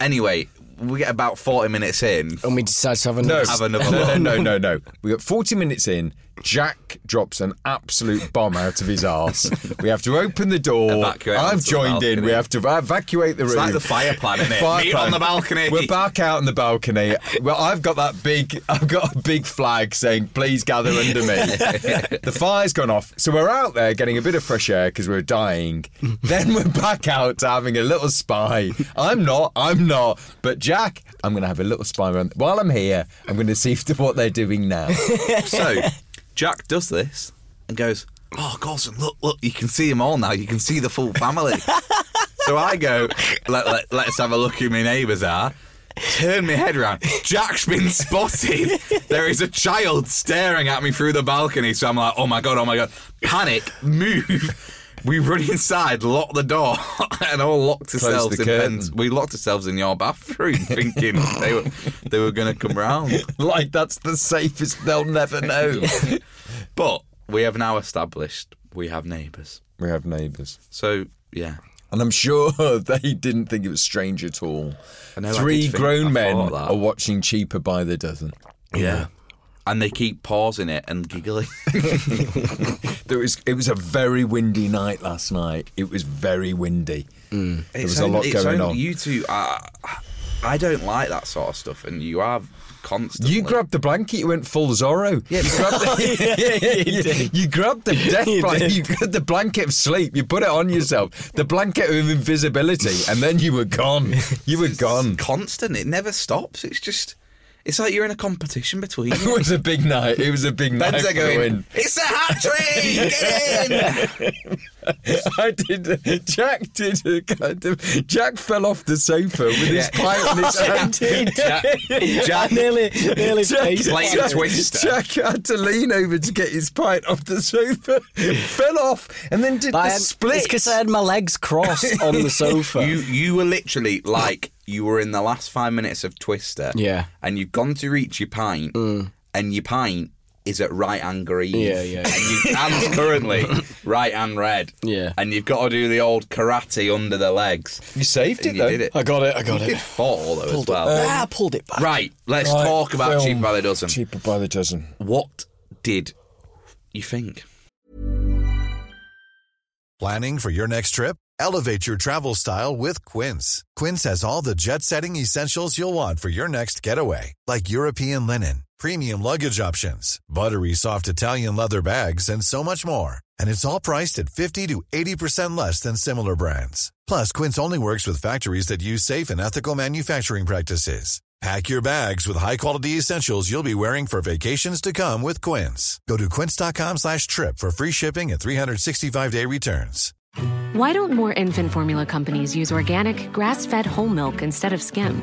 [SPEAKER 2] Anyway, we get about forty minutes in.
[SPEAKER 3] And we decided to have another.
[SPEAKER 4] No,
[SPEAKER 2] Have another
[SPEAKER 4] no,
[SPEAKER 2] look.
[SPEAKER 4] no, no, no, no. We got 40 minutes in. Jack drops an absolute bomb out of his arse. We have to open the door.
[SPEAKER 2] Evacuate onto
[SPEAKER 4] I've
[SPEAKER 2] the
[SPEAKER 4] joined in. We
[SPEAKER 2] balcony.
[SPEAKER 4] have to evacuate the
[SPEAKER 2] It's
[SPEAKER 4] room.
[SPEAKER 2] like the fire plan, isn't it?
[SPEAKER 4] Fire
[SPEAKER 2] Meet
[SPEAKER 4] plan.
[SPEAKER 2] on the balcony.
[SPEAKER 4] We're back out on the balcony. Well, I've got that big. I've got a big flag saying, "Please gather under me." the fire's gone off, so we're out there getting a bit of fresh air because we're dying. then we're back out to having a little spy. I'm not. I'm not. But Jack, I'm going to have a little spy run while I'm here. I'm going to see if, what they're doing now.
[SPEAKER 2] so Jack does this and goes, "Oh, Golson, look, look! You can see them all now. You can see the full family." so I go, let, let, "Let's have a look who my neighbours are." Turn my head round. Jack's been spotted. There is a child staring at me through the balcony. So I'm like, "Oh my god! Oh my god!" Panic, move. We run inside, lock the door, and all locked ourselves
[SPEAKER 4] the
[SPEAKER 2] in
[SPEAKER 4] curtain.
[SPEAKER 2] pens. We locked ourselves in your bathroom, thinking they were they were going to come round.
[SPEAKER 4] like that's the safest. They'll never know.
[SPEAKER 2] But we have now established we have neighbours.
[SPEAKER 4] we have neighbours.
[SPEAKER 2] So yeah,
[SPEAKER 4] And I'm sure they didn't think it was strange at all.
[SPEAKER 2] I know I
[SPEAKER 4] Three
[SPEAKER 2] did think- I
[SPEAKER 4] grown men
[SPEAKER 2] thought that.
[SPEAKER 4] are watching cheaper by the dozen.
[SPEAKER 2] yeah, and they keep pausing it and giggling.
[SPEAKER 4] There was, it was a very windy night last night. It was very windy.
[SPEAKER 2] Mm-hmm.
[SPEAKER 4] There was a lot going on. You,
[SPEAKER 2] You two, are, I don't like that sort of stuff, and you are constantly.
[SPEAKER 4] grabbed the blanket. You went full Zorro. Yeah, you grabbed the, you, grabbed the death blanket. You grabbed the blanket of sleep. You put it on yourself. The blanket of invisibility, and then you were gone. You were gone.
[SPEAKER 2] constant. It never stops. It's just. It's like you're in a competition between.
[SPEAKER 4] It was a big night. It was a big night.
[SPEAKER 2] Ben's
[SPEAKER 4] for
[SPEAKER 2] are
[SPEAKER 4] the win.
[SPEAKER 2] going. It's a hat trick. Get in.
[SPEAKER 4] I did. Jack did a kind of. Jack fell off the sofa with his pipe in his hand. Jack,
[SPEAKER 3] Jack nearly, nearly faced
[SPEAKER 2] like
[SPEAKER 3] it.
[SPEAKER 2] a twister.
[SPEAKER 4] Jack had to lean over to get his pint off the sofa, fell off, and then did
[SPEAKER 3] I
[SPEAKER 4] the
[SPEAKER 3] had,
[SPEAKER 4] split.
[SPEAKER 3] um, It's uh, because I had my legs crossed on the sofa.
[SPEAKER 2] You you were literally like you were in the last five minutes of Twister.
[SPEAKER 3] Yeah. Mm.
[SPEAKER 2] And you've gone to reach your pint, and your pint is at right hand green.
[SPEAKER 3] Yeah, yeah.
[SPEAKER 2] And your hand's currently right hand red.
[SPEAKER 3] Yeah.
[SPEAKER 2] And you've got to do the old karate under the legs.
[SPEAKER 4] You saved
[SPEAKER 2] And
[SPEAKER 4] it
[SPEAKER 2] you
[SPEAKER 4] though. Um,
[SPEAKER 2] did it.
[SPEAKER 3] I got it. I
[SPEAKER 2] You
[SPEAKER 3] got
[SPEAKER 2] did
[SPEAKER 3] it.
[SPEAKER 2] fall though as
[SPEAKER 3] Pulled
[SPEAKER 2] well.
[SPEAKER 3] it. Ah, pulled it back.
[SPEAKER 2] Right. Let's
[SPEAKER 4] Right,
[SPEAKER 2] talk about
[SPEAKER 4] film.
[SPEAKER 2] Cheaper by the Dozen.
[SPEAKER 4] Cheaper by the dozen.
[SPEAKER 2] What did you think?
[SPEAKER 5] Planning for your next trip? Elevate your travel style with Quince. Quince has all the jet setting essentials you'll want for your next getaway, like European linen, premium luggage options, buttery soft Italian leather bags, and so much more. And it's all priced at 50 to 80% less than similar brands. Plus, Quince only works with factories that use safe and ethical manufacturing practices. Pack your bags with high-quality essentials you'll be wearing for vacations to come with Quince. Go to quince.com slash trip for free shipping and 365-day returns.
[SPEAKER 1] Why don't more infant formula companies use organic, grass fed whole milk instead of skim?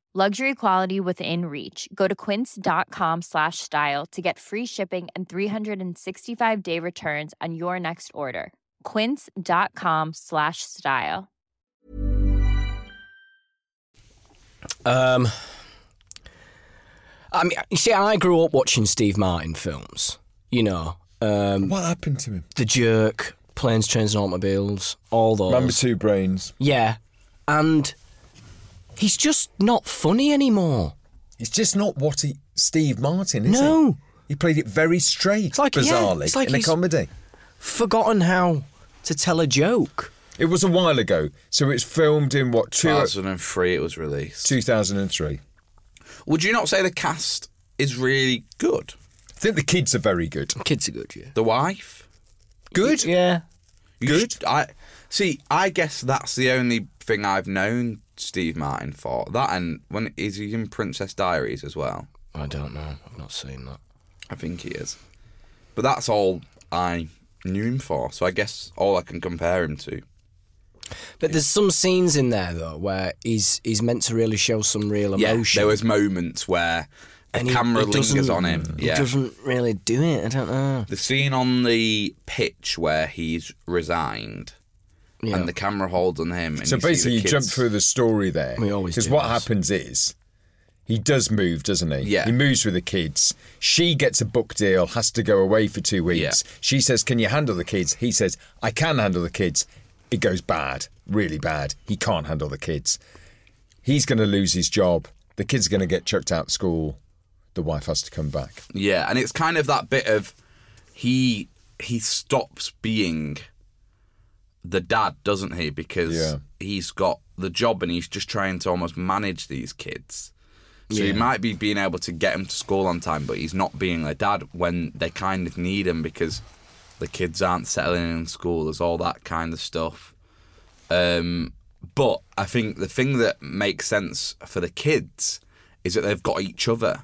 [SPEAKER 6] Luxury quality within reach. Go to quince.com slash style to get free shipping and 365 day returns on your next order. Quince.com slash style.
[SPEAKER 3] Um, I mean, you see, I grew up watching Steve Martin films. You know, um,
[SPEAKER 4] What happened to him?
[SPEAKER 3] The Jerk, Planes, Trains, and Automobiles, all those.
[SPEAKER 4] Remember two brains.
[SPEAKER 3] Yeah. And he's just not funny anymore.
[SPEAKER 4] It's just not what he, Steve Martin is.
[SPEAKER 3] No.
[SPEAKER 4] it? he played it very straight,
[SPEAKER 3] It's like- yeah,
[SPEAKER 4] bizarrely,
[SPEAKER 3] it's like
[SPEAKER 4] in a
[SPEAKER 3] he's-
[SPEAKER 4] comedy.
[SPEAKER 3] Forgotten how to tell a joke.
[SPEAKER 4] It was a while ago, so it's filmed in what two
[SPEAKER 2] 2003 it was released.
[SPEAKER 4] two thousand and three.
[SPEAKER 2] Would you not say the cast is really good?
[SPEAKER 4] I think the kids are very good.
[SPEAKER 3] Kids are good, yeah.
[SPEAKER 2] The wife?
[SPEAKER 4] Good.
[SPEAKER 3] Yeah.
[SPEAKER 2] You
[SPEAKER 4] Good.
[SPEAKER 2] sh- I see. I guess that's the only thing I've known Steve Martin for. That and when is he in Princess Diaries as well?
[SPEAKER 3] I don't know. I've not seen that.
[SPEAKER 2] I think he is. But that's all I knew him for. So I guess all I can compare him to.
[SPEAKER 3] But there's some scenes in there though where he's he's meant to really show some real emotion.
[SPEAKER 2] there was moments where the
[SPEAKER 3] and he-
[SPEAKER 2] camera
[SPEAKER 3] he
[SPEAKER 2] lingers
[SPEAKER 3] doesn't-
[SPEAKER 2] on him.
[SPEAKER 3] He
[SPEAKER 2] Yeah.
[SPEAKER 3] doesn't really do it. I don't know.
[SPEAKER 2] The scene on the pitch where he's resigned
[SPEAKER 3] Yeah.
[SPEAKER 2] and the camera holds on him. And
[SPEAKER 4] So
[SPEAKER 2] you see the
[SPEAKER 4] basically, you
[SPEAKER 2] kids-
[SPEAKER 4] jump through the story there.
[SPEAKER 3] We always
[SPEAKER 4] because
[SPEAKER 3] do
[SPEAKER 4] what
[SPEAKER 3] this.
[SPEAKER 4] happens is he does move, doesn't he?
[SPEAKER 2] Yeah.
[SPEAKER 4] He moves with the kids. She gets a book deal, has to go away for two weeks.
[SPEAKER 2] Yeah.
[SPEAKER 4] She says, "Can you handle the kids?" He says, "I can handle the kids." It goes bad, really bad. He can't handle the kids. He's going to lose his job. The kids are going to get chucked out of school. The wife has to come back.
[SPEAKER 2] Yeah, and it's kind of that bit of he he stops being the dad, doesn't he? Because
[SPEAKER 4] Yeah.
[SPEAKER 2] he's got the job and he's just trying to almost manage these kids. So he
[SPEAKER 3] Yeah.
[SPEAKER 2] might be being able to get them to school on time, but he's not being a dad when they kind of need him because the kids aren't settling in school. There's all that kind of stuff. Um, but I think the thing that makes sense for the kids is that they've got each other.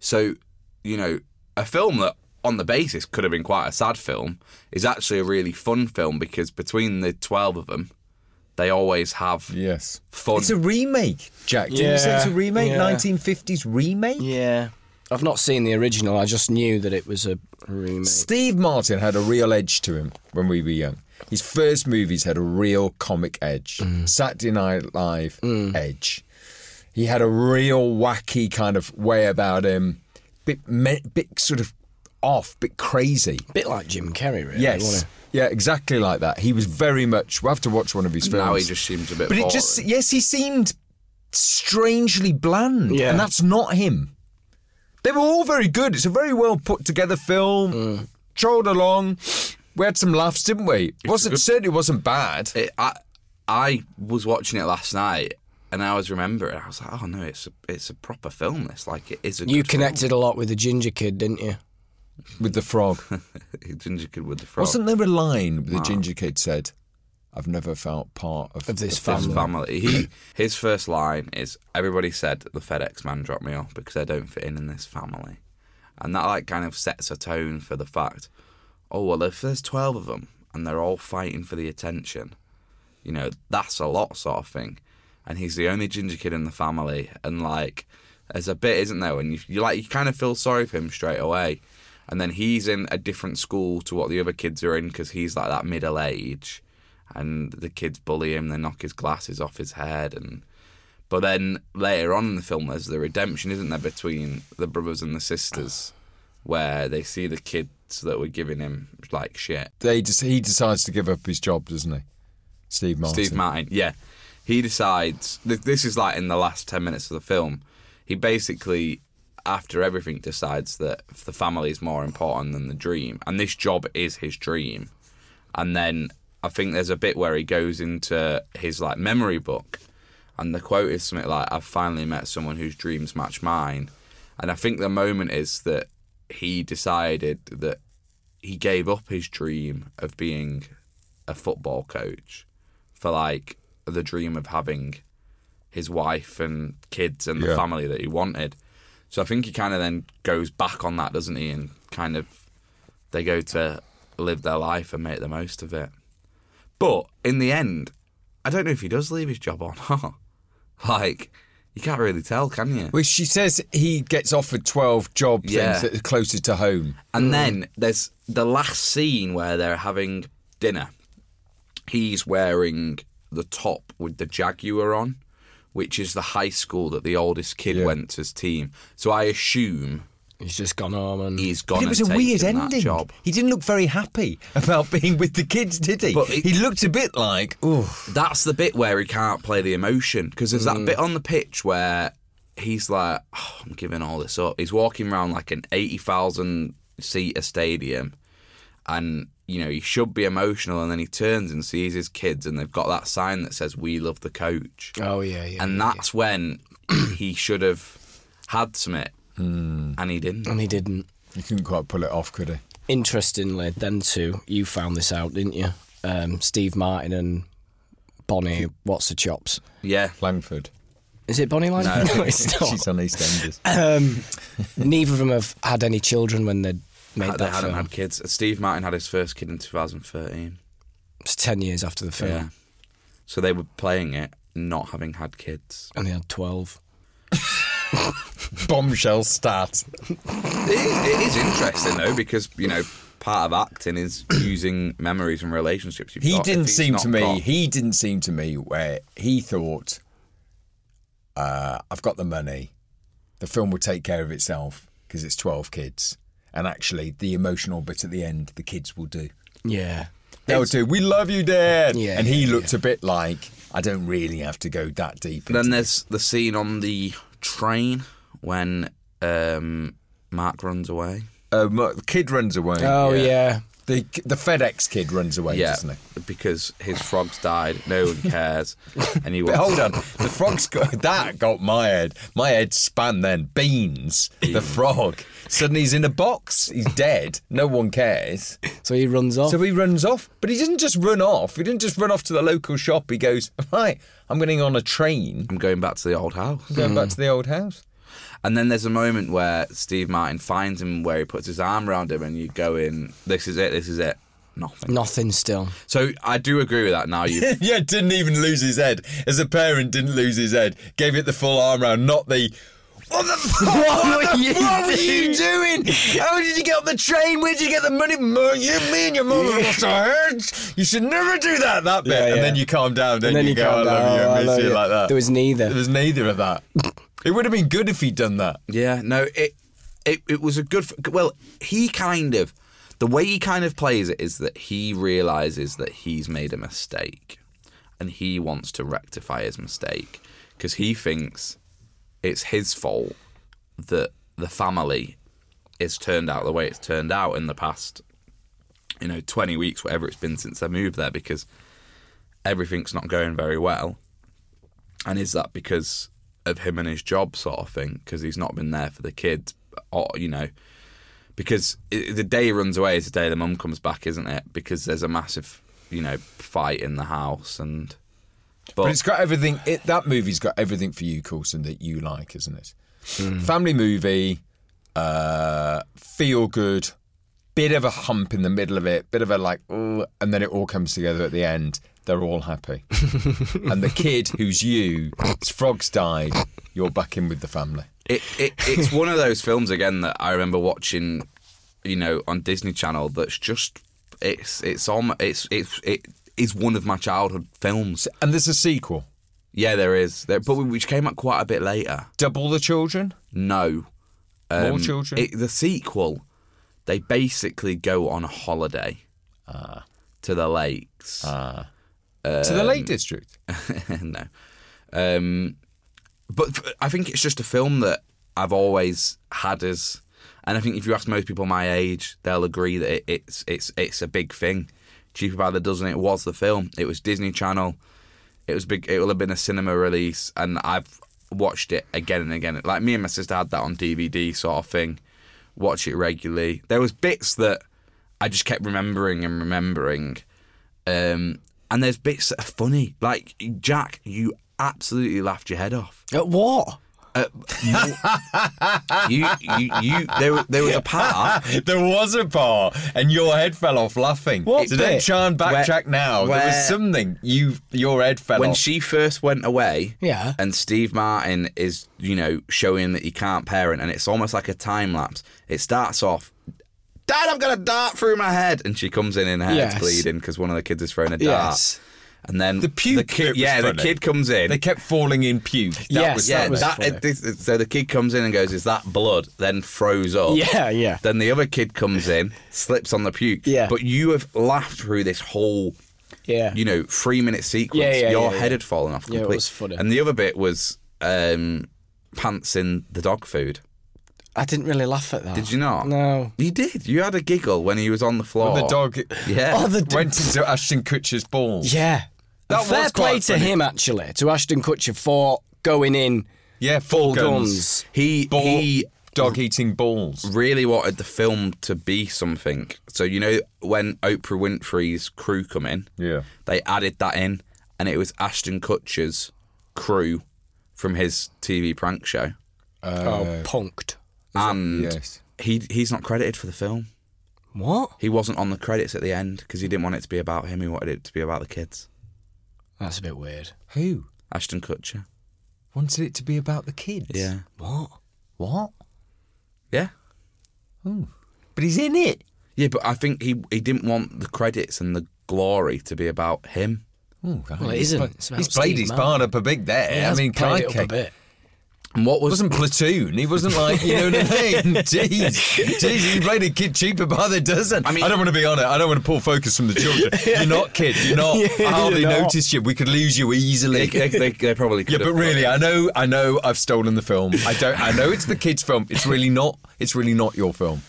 [SPEAKER 2] So, you know, a film that on the basis could have been quite a sad film is actually a really fun film because between the 12 of them, they always have
[SPEAKER 4] Yes.
[SPEAKER 2] fun.
[SPEAKER 4] It's a remake, Jack. Did you say it's a
[SPEAKER 3] Yeah,
[SPEAKER 4] remake?
[SPEAKER 3] yeah.
[SPEAKER 4] 1950s remake?
[SPEAKER 3] Yeah. I've not seen the original. I just knew that it was a remake.
[SPEAKER 4] Steve Martin had a real edge to him when we were young. His first movies had a real comic edge,
[SPEAKER 3] Mm.
[SPEAKER 4] Saturday Night Live edge. He had a real wacky kind of way about him, bit me- bit sort of off, bit crazy.
[SPEAKER 3] bit like Jim Carrey, really.
[SPEAKER 4] Yes,
[SPEAKER 3] wasn't
[SPEAKER 4] yeah, exactly like that. He was very much. We'll have to watch one of his films.
[SPEAKER 2] now he just seems a bit
[SPEAKER 4] but it just
[SPEAKER 2] boring.
[SPEAKER 4] yes, he seemed strangely bland,
[SPEAKER 3] Yeah.
[SPEAKER 4] and that's not him. They were all very good. It's a very well put together film. Trolled along. We had some laughs, didn't we? It wasn't certainly wasn't bad.
[SPEAKER 2] It- I, I was watching it last night and I was remembering, I was like, oh no, it's a, it's a proper film, this. Like, it is a
[SPEAKER 3] he? You
[SPEAKER 2] good film.
[SPEAKER 3] connected a lot with the ginger kid, didn't you?
[SPEAKER 4] With the frog,
[SPEAKER 2] Ginger Kid with the Frog.
[SPEAKER 4] wasn't there a line the ginger kid said? I've never felt part of,
[SPEAKER 3] Of this
[SPEAKER 4] the
[SPEAKER 3] family."
[SPEAKER 2] his family. He his first line is everybody said the FedEx man dropped me off because I don't fit in in this family, and that like kind of sets a tone for the fact. Oh well, if there's twelve of them and they're all fighting for the attention, you know that's a lot sort of thing, and he's the only ginger kid in the family, and like there's a bit isn't there when you, you like you kind of feel sorry for him straight away. And then he's in a different school to what the other kids are in because he's like that middle age and the kids bully him. They knock his glasses off his head, and but then later on in the film, there's the redemption, isn't there, between the brothers and the sisters, where they see the kids that were giving him like shit.
[SPEAKER 4] They des- he decides to give up his job, doesn't he? Steve Martin.
[SPEAKER 2] Steve Martin, yeah, he decides. Th- this is like in the last ten minutes of the film. He basically, after everything, decides that the family is more important than the dream, and this job is his dream. and then I think there's a bit where he goes into his like memory book, and the quote is something like, "I've finally met someone whose dreams match mine," and I think the moment is that he decided that he gave up his dream of being a football coach for like the dream of having his wife and kids and the
[SPEAKER 4] Yeah.
[SPEAKER 2] family that he wanted. So I think he kind of then goes back on that, doesn't he? And kind of they go to live their life and make the most of it. But in the end, I don't know if he does leave his job or not. Like, you can't really tell, can you?
[SPEAKER 4] Well, she says he gets offered 12 job
[SPEAKER 2] Yeah.
[SPEAKER 4] things that are closer to home.
[SPEAKER 2] And then there's the last scene where they're having dinner. He's wearing the top with the Jaguar on, which is the high school that the oldest kid went to his team. So I assume
[SPEAKER 3] He's just gone home and
[SPEAKER 2] He's gone.
[SPEAKER 4] But it was a
[SPEAKER 2] and
[SPEAKER 4] weird
[SPEAKER 2] taken that
[SPEAKER 4] ending.
[SPEAKER 2] Job.
[SPEAKER 4] He didn't look very happy about being with the kids, did he?
[SPEAKER 2] But it-
[SPEAKER 4] he looked a bit like, ooh,
[SPEAKER 2] That's the bit where he can't play the emotion because there's
[SPEAKER 3] Mm.
[SPEAKER 2] that bit on the pitch where he's like, "Oh, I'm giving all this up. He's walking around like an 80,000 seater stadium and, you know, he should be emotional. And then he turns and sees his kids and they've got that sign that says, We love the coach.
[SPEAKER 3] oh yeah, yeah,
[SPEAKER 2] and that's when he should have had some it
[SPEAKER 3] Mm.
[SPEAKER 2] and he didn't.
[SPEAKER 3] and he didn't.
[SPEAKER 4] he couldn't quite pull it off, could he?
[SPEAKER 3] Interestingly, then too, you found this out, didn't you? Um, Steve Martin and Bonnie, what's the chops?
[SPEAKER 2] Yeah.
[SPEAKER 4] Langford.
[SPEAKER 3] Is it Bonnie Langford? No, it's not.
[SPEAKER 4] She's on EastEnders.
[SPEAKER 3] Neither of them have had any children when they made
[SPEAKER 2] they
[SPEAKER 3] that
[SPEAKER 2] hadn't
[SPEAKER 3] film.
[SPEAKER 2] had kids. Steve Martin had his first kid in 2013.
[SPEAKER 3] It's ten years after the film,
[SPEAKER 2] Yeah. So they were playing it, not having had kids.
[SPEAKER 3] and they had twelve.
[SPEAKER 4] Bombshell start.
[SPEAKER 2] It is, it is interesting though, because you know part of acting is using memories and relationships. You've
[SPEAKER 4] He
[SPEAKER 2] got. If
[SPEAKER 4] didn't
[SPEAKER 2] he's
[SPEAKER 4] seem
[SPEAKER 2] not
[SPEAKER 4] to me.
[SPEAKER 2] got-
[SPEAKER 4] He didn't seem to me where he thought, uh, "I've got the money. The film will take care of itself because it's twelve kids." And actually, the emotional bit at the end, the kids will do.
[SPEAKER 3] Yeah,
[SPEAKER 4] They'll do. We love you, Dad.
[SPEAKER 3] Yeah,
[SPEAKER 4] and he
[SPEAKER 3] yeah,
[SPEAKER 4] looked a bit like I don't really have to go that deep.
[SPEAKER 2] Then
[SPEAKER 4] into
[SPEAKER 2] there's the scene on the train when um, Mark runs away.
[SPEAKER 4] Uh, mo- the kid runs away.
[SPEAKER 3] Oh yeah.
[SPEAKER 4] The the FedEx kid runs away, doesn't he?
[SPEAKER 2] because his frogs died. No one cares, and he
[SPEAKER 4] But
[SPEAKER 2] wants.
[SPEAKER 4] hold on, the frog's got that got my head. My head span then. Beans, the frog. Suddenly he's in a box. He's dead. No one cares.
[SPEAKER 3] So he runs off.
[SPEAKER 4] So he runs off. But he doesn't just run off. He didn't just run off to the local shop. He goes, right, I'm getting on a train.
[SPEAKER 2] I'm going back to the old house.
[SPEAKER 4] I'm going back to the old house.
[SPEAKER 2] And then there's a moment where Steve Martin finds him where he puts his arm around him and you go in, this is it, this is it. Nothing.
[SPEAKER 3] Nothing still.
[SPEAKER 2] So I do agree with that now. You
[SPEAKER 4] yeah, didn't even lose his head. As a parent, didn't lose his head. Gave it the full arm round, not the. What the fuck? What, the
[SPEAKER 3] you
[SPEAKER 4] fuck were you doing? How did you get on the train? Where did you get the money? Mo- You, me, and your mum have lost our heads. You should never do that. That bit,
[SPEAKER 3] Yeah,
[SPEAKER 4] and
[SPEAKER 3] yeah.
[SPEAKER 4] then you calm down. Then,
[SPEAKER 3] And then
[SPEAKER 4] you,
[SPEAKER 3] you
[SPEAKER 4] go,
[SPEAKER 3] calm
[SPEAKER 4] I
[SPEAKER 3] down, Oh,
[SPEAKER 4] love you,
[SPEAKER 3] I
[SPEAKER 4] "Oh, I miss
[SPEAKER 3] love
[SPEAKER 4] you
[SPEAKER 3] you.
[SPEAKER 4] like that.
[SPEAKER 3] There was neither.
[SPEAKER 4] There was neither of that. it would have been good if he'd done that.
[SPEAKER 2] Yeah, no, it it, it was a good. f- Well, he kind of the way he kind of plays it is that he realizes that he's made a mistake, and he wants to rectify his mistake because he thinks it's his fault that the family is turned out the way it's turned out in the past, you know, twenty weeks, whatever it's been since I moved there, because everything's not going very well. And is that because of him and his job sort of thing? Because he's not been there for the kids, or you know, because i the day he runs away is the day the mum comes back, isn't it? Because there's a massive, you know, fight in the house, and
[SPEAKER 4] But, it's got everything. It, that movie's got everything for you, Coulson, that you like, isn't it? Family movie, uh, feel good, bit of a hump in the middle of it, bit of a like, "Ooh," and then it all comes together at the end. They're all happy, and the kid who's you, it's frogs died. You're back in with the family.
[SPEAKER 2] it, it it's one of those films again that I remember watching, you know, on Disney Channel. That's just it's it's on it's it's it is one of my childhood films.
[SPEAKER 4] And there's a sequel.
[SPEAKER 2] Yeah, there is, there, but which came out quite a bit later.
[SPEAKER 4] Double the children.
[SPEAKER 2] No.
[SPEAKER 4] More children?
[SPEAKER 2] Um, It, the sequel, they basically go on a holiday
[SPEAKER 4] Ah.
[SPEAKER 2] to the lakes.
[SPEAKER 4] to the Lake District.
[SPEAKER 2] no. Um, but f- I think it's just a film that I've always had as, and I think if you ask most people my age, they'll agree that it, it's it's it's a big thing. Cheaper by the dozen. It was the film. It was Disney Channel. It was big. It will have been a cinema release, and I've watched it again and again. Like me and my sister had that on DVD, sort of thing. Watch it regularly. There was bits that I just kept remembering and remembering. Um, and there's bits that are funny. Like Jack, you absolutely laughed your head off.
[SPEAKER 3] At Uh, what?
[SPEAKER 2] You, you, you. There, wa- there was a part
[SPEAKER 4] There was a bar, and your head fell off laughing.
[SPEAKER 3] What
[SPEAKER 4] So don't
[SPEAKER 3] bit?
[SPEAKER 4] try and
[SPEAKER 2] Where-
[SPEAKER 4] backtrack now. there
[SPEAKER 2] where-
[SPEAKER 4] was something you your head fell
[SPEAKER 2] when
[SPEAKER 4] off.
[SPEAKER 2] she first went away.
[SPEAKER 3] Yeah.
[SPEAKER 2] And Steve Martin is, you know, showing that he can't parent, and it's almost like a time lapse. It starts off. Dad, I've got a dart through my head, and she comes in and her head's
[SPEAKER 3] Yes.
[SPEAKER 2] bleeding because one of the kids has thrown a dart.
[SPEAKER 3] Yes.
[SPEAKER 2] and then
[SPEAKER 4] The puke bit
[SPEAKER 2] kid,
[SPEAKER 4] was
[SPEAKER 2] yeah, the
[SPEAKER 4] funny.
[SPEAKER 2] kid comes in.
[SPEAKER 4] They kept falling in puke. That
[SPEAKER 3] Yes,
[SPEAKER 4] was
[SPEAKER 2] yeah,
[SPEAKER 3] that was
[SPEAKER 2] that,
[SPEAKER 3] funny.
[SPEAKER 2] it- this- so the kid comes in and goes, "Is that blood?" Then throws up.
[SPEAKER 3] Yeah, yeah.
[SPEAKER 2] Then the other kid comes in, slips on the puke.
[SPEAKER 3] Yeah.
[SPEAKER 2] But you have laughed through this whole,
[SPEAKER 3] Yeah.
[SPEAKER 2] you know, three minute sequence.
[SPEAKER 3] Yeah, yeah,
[SPEAKER 2] Your
[SPEAKER 3] yeah,
[SPEAKER 2] head
[SPEAKER 3] yeah.
[SPEAKER 2] had fallen off.
[SPEAKER 3] Yeah, it
[SPEAKER 2] Completely.
[SPEAKER 3] was funny.
[SPEAKER 2] And the other bit was um, pants in the dog food.
[SPEAKER 3] I didn't really laugh at that.
[SPEAKER 2] Did you not?
[SPEAKER 3] No.
[SPEAKER 2] You did. You had a giggle when he was on the floor.
[SPEAKER 4] When the dog
[SPEAKER 2] Yeah.
[SPEAKER 3] Oh, the
[SPEAKER 4] went into Ashton Kutcher's balls.
[SPEAKER 3] Yeah.
[SPEAKER 4] That
[SPEAKER 3] Fair
[SPEAKER 4] was
[SPEAKER 3] play
[SPEAKER 4] quite
[SPEAKER 3] to
[SPEAKER 4] funny.
[SPEAKER 3] him, actually, to Ashton Kutcher for going in
[SPEAKER 4] Yeah,
[SPEAKER 3] full
[SPEAKER 4] full guns.
[SPEAKER 3] guns.
[SPEAKER 2] he
[SPEAKER 4] Ball,
[SPEAKER 2] he
[SPEAKER 4] dog eating balls.
[SPEAKER 2] really wanted the film to be something. So you know when Oprah Winfrey's crew come in,
[SPEAKER 4] Yeah.
[SPEAKER 2] they added that in, and it was Ashton Kutcher's crew from his TV prank show,
[SPEAKER 3] oh, punked.
[SPEAKER 2] and
[SPEAKER 4] Yes.
[SPEAKER 2] he he's not credited for the film.
[SPEAKER 3] What?
[SPEAKER 2] He wasn't on the credits at the end because he didn't want it to be about him. He wanted it to be about the kids.
[SPEAKER 3] That's a bit weird.
[SPEAKER 4] Who
[SPEAKER 2] Ashton Kutcher.
[SPEAKER 4] wanted it to be about the kids?
[SPEAKER 2] Yeah.
[SPEAKER 3] What?
[SPEAKER 4] What?
[SPEAKER 2] Yeah.
[SPEAKER 4] But he's in it.
[SPEAKER 2] Yeah, but I think he he didn't want the credits and the glory to be about him.
[SPEAKER 4] Oh, right.
[SPEAKER 3] Well, it
[SPEAKER 4] He's
[SPEAKER 3] isn't.
[SPEAKER 4] pla-
[SPEAKER 3] It's about
[SPEAKER 4] He's played
[SPEAKER 3] Steve
[SPEAKER 4] his
[SPEAKER 3] Martin.
[SPEAKER 4] part up a big there. I mean,
[SPEAKER 3] played it
[SPEAKER 4] crikey.
[SPEAKER 3] up a bit.
[SPEAKER 2] And what
[SPEAKER 4] It
[SPEAKER 2] was
[SPEAKER 4] wasn't platoon. He wasn't like you know what I mean. Jeez, jeez, he played a kid cheaper by the dozen. I
[SPEAKER 2] mean-
[SPEAKER 4] mean, I don't want to be on it. I don't want to pull focus from the children. You're not kid. You're not. I hardly
[SPEAKER 3] you're not.
[SPEAKER 4] noticed you. We could lose you easily.
[SPEAKER 2] they, they, they, they probably could
[SPEAKER 4] yeah, but
[SPEAKER 2] have-
[SPEAKER 4] really, I know, I know, I've stolen the film. I don't. I know it's the kids' film. It's really not. It's really not your film.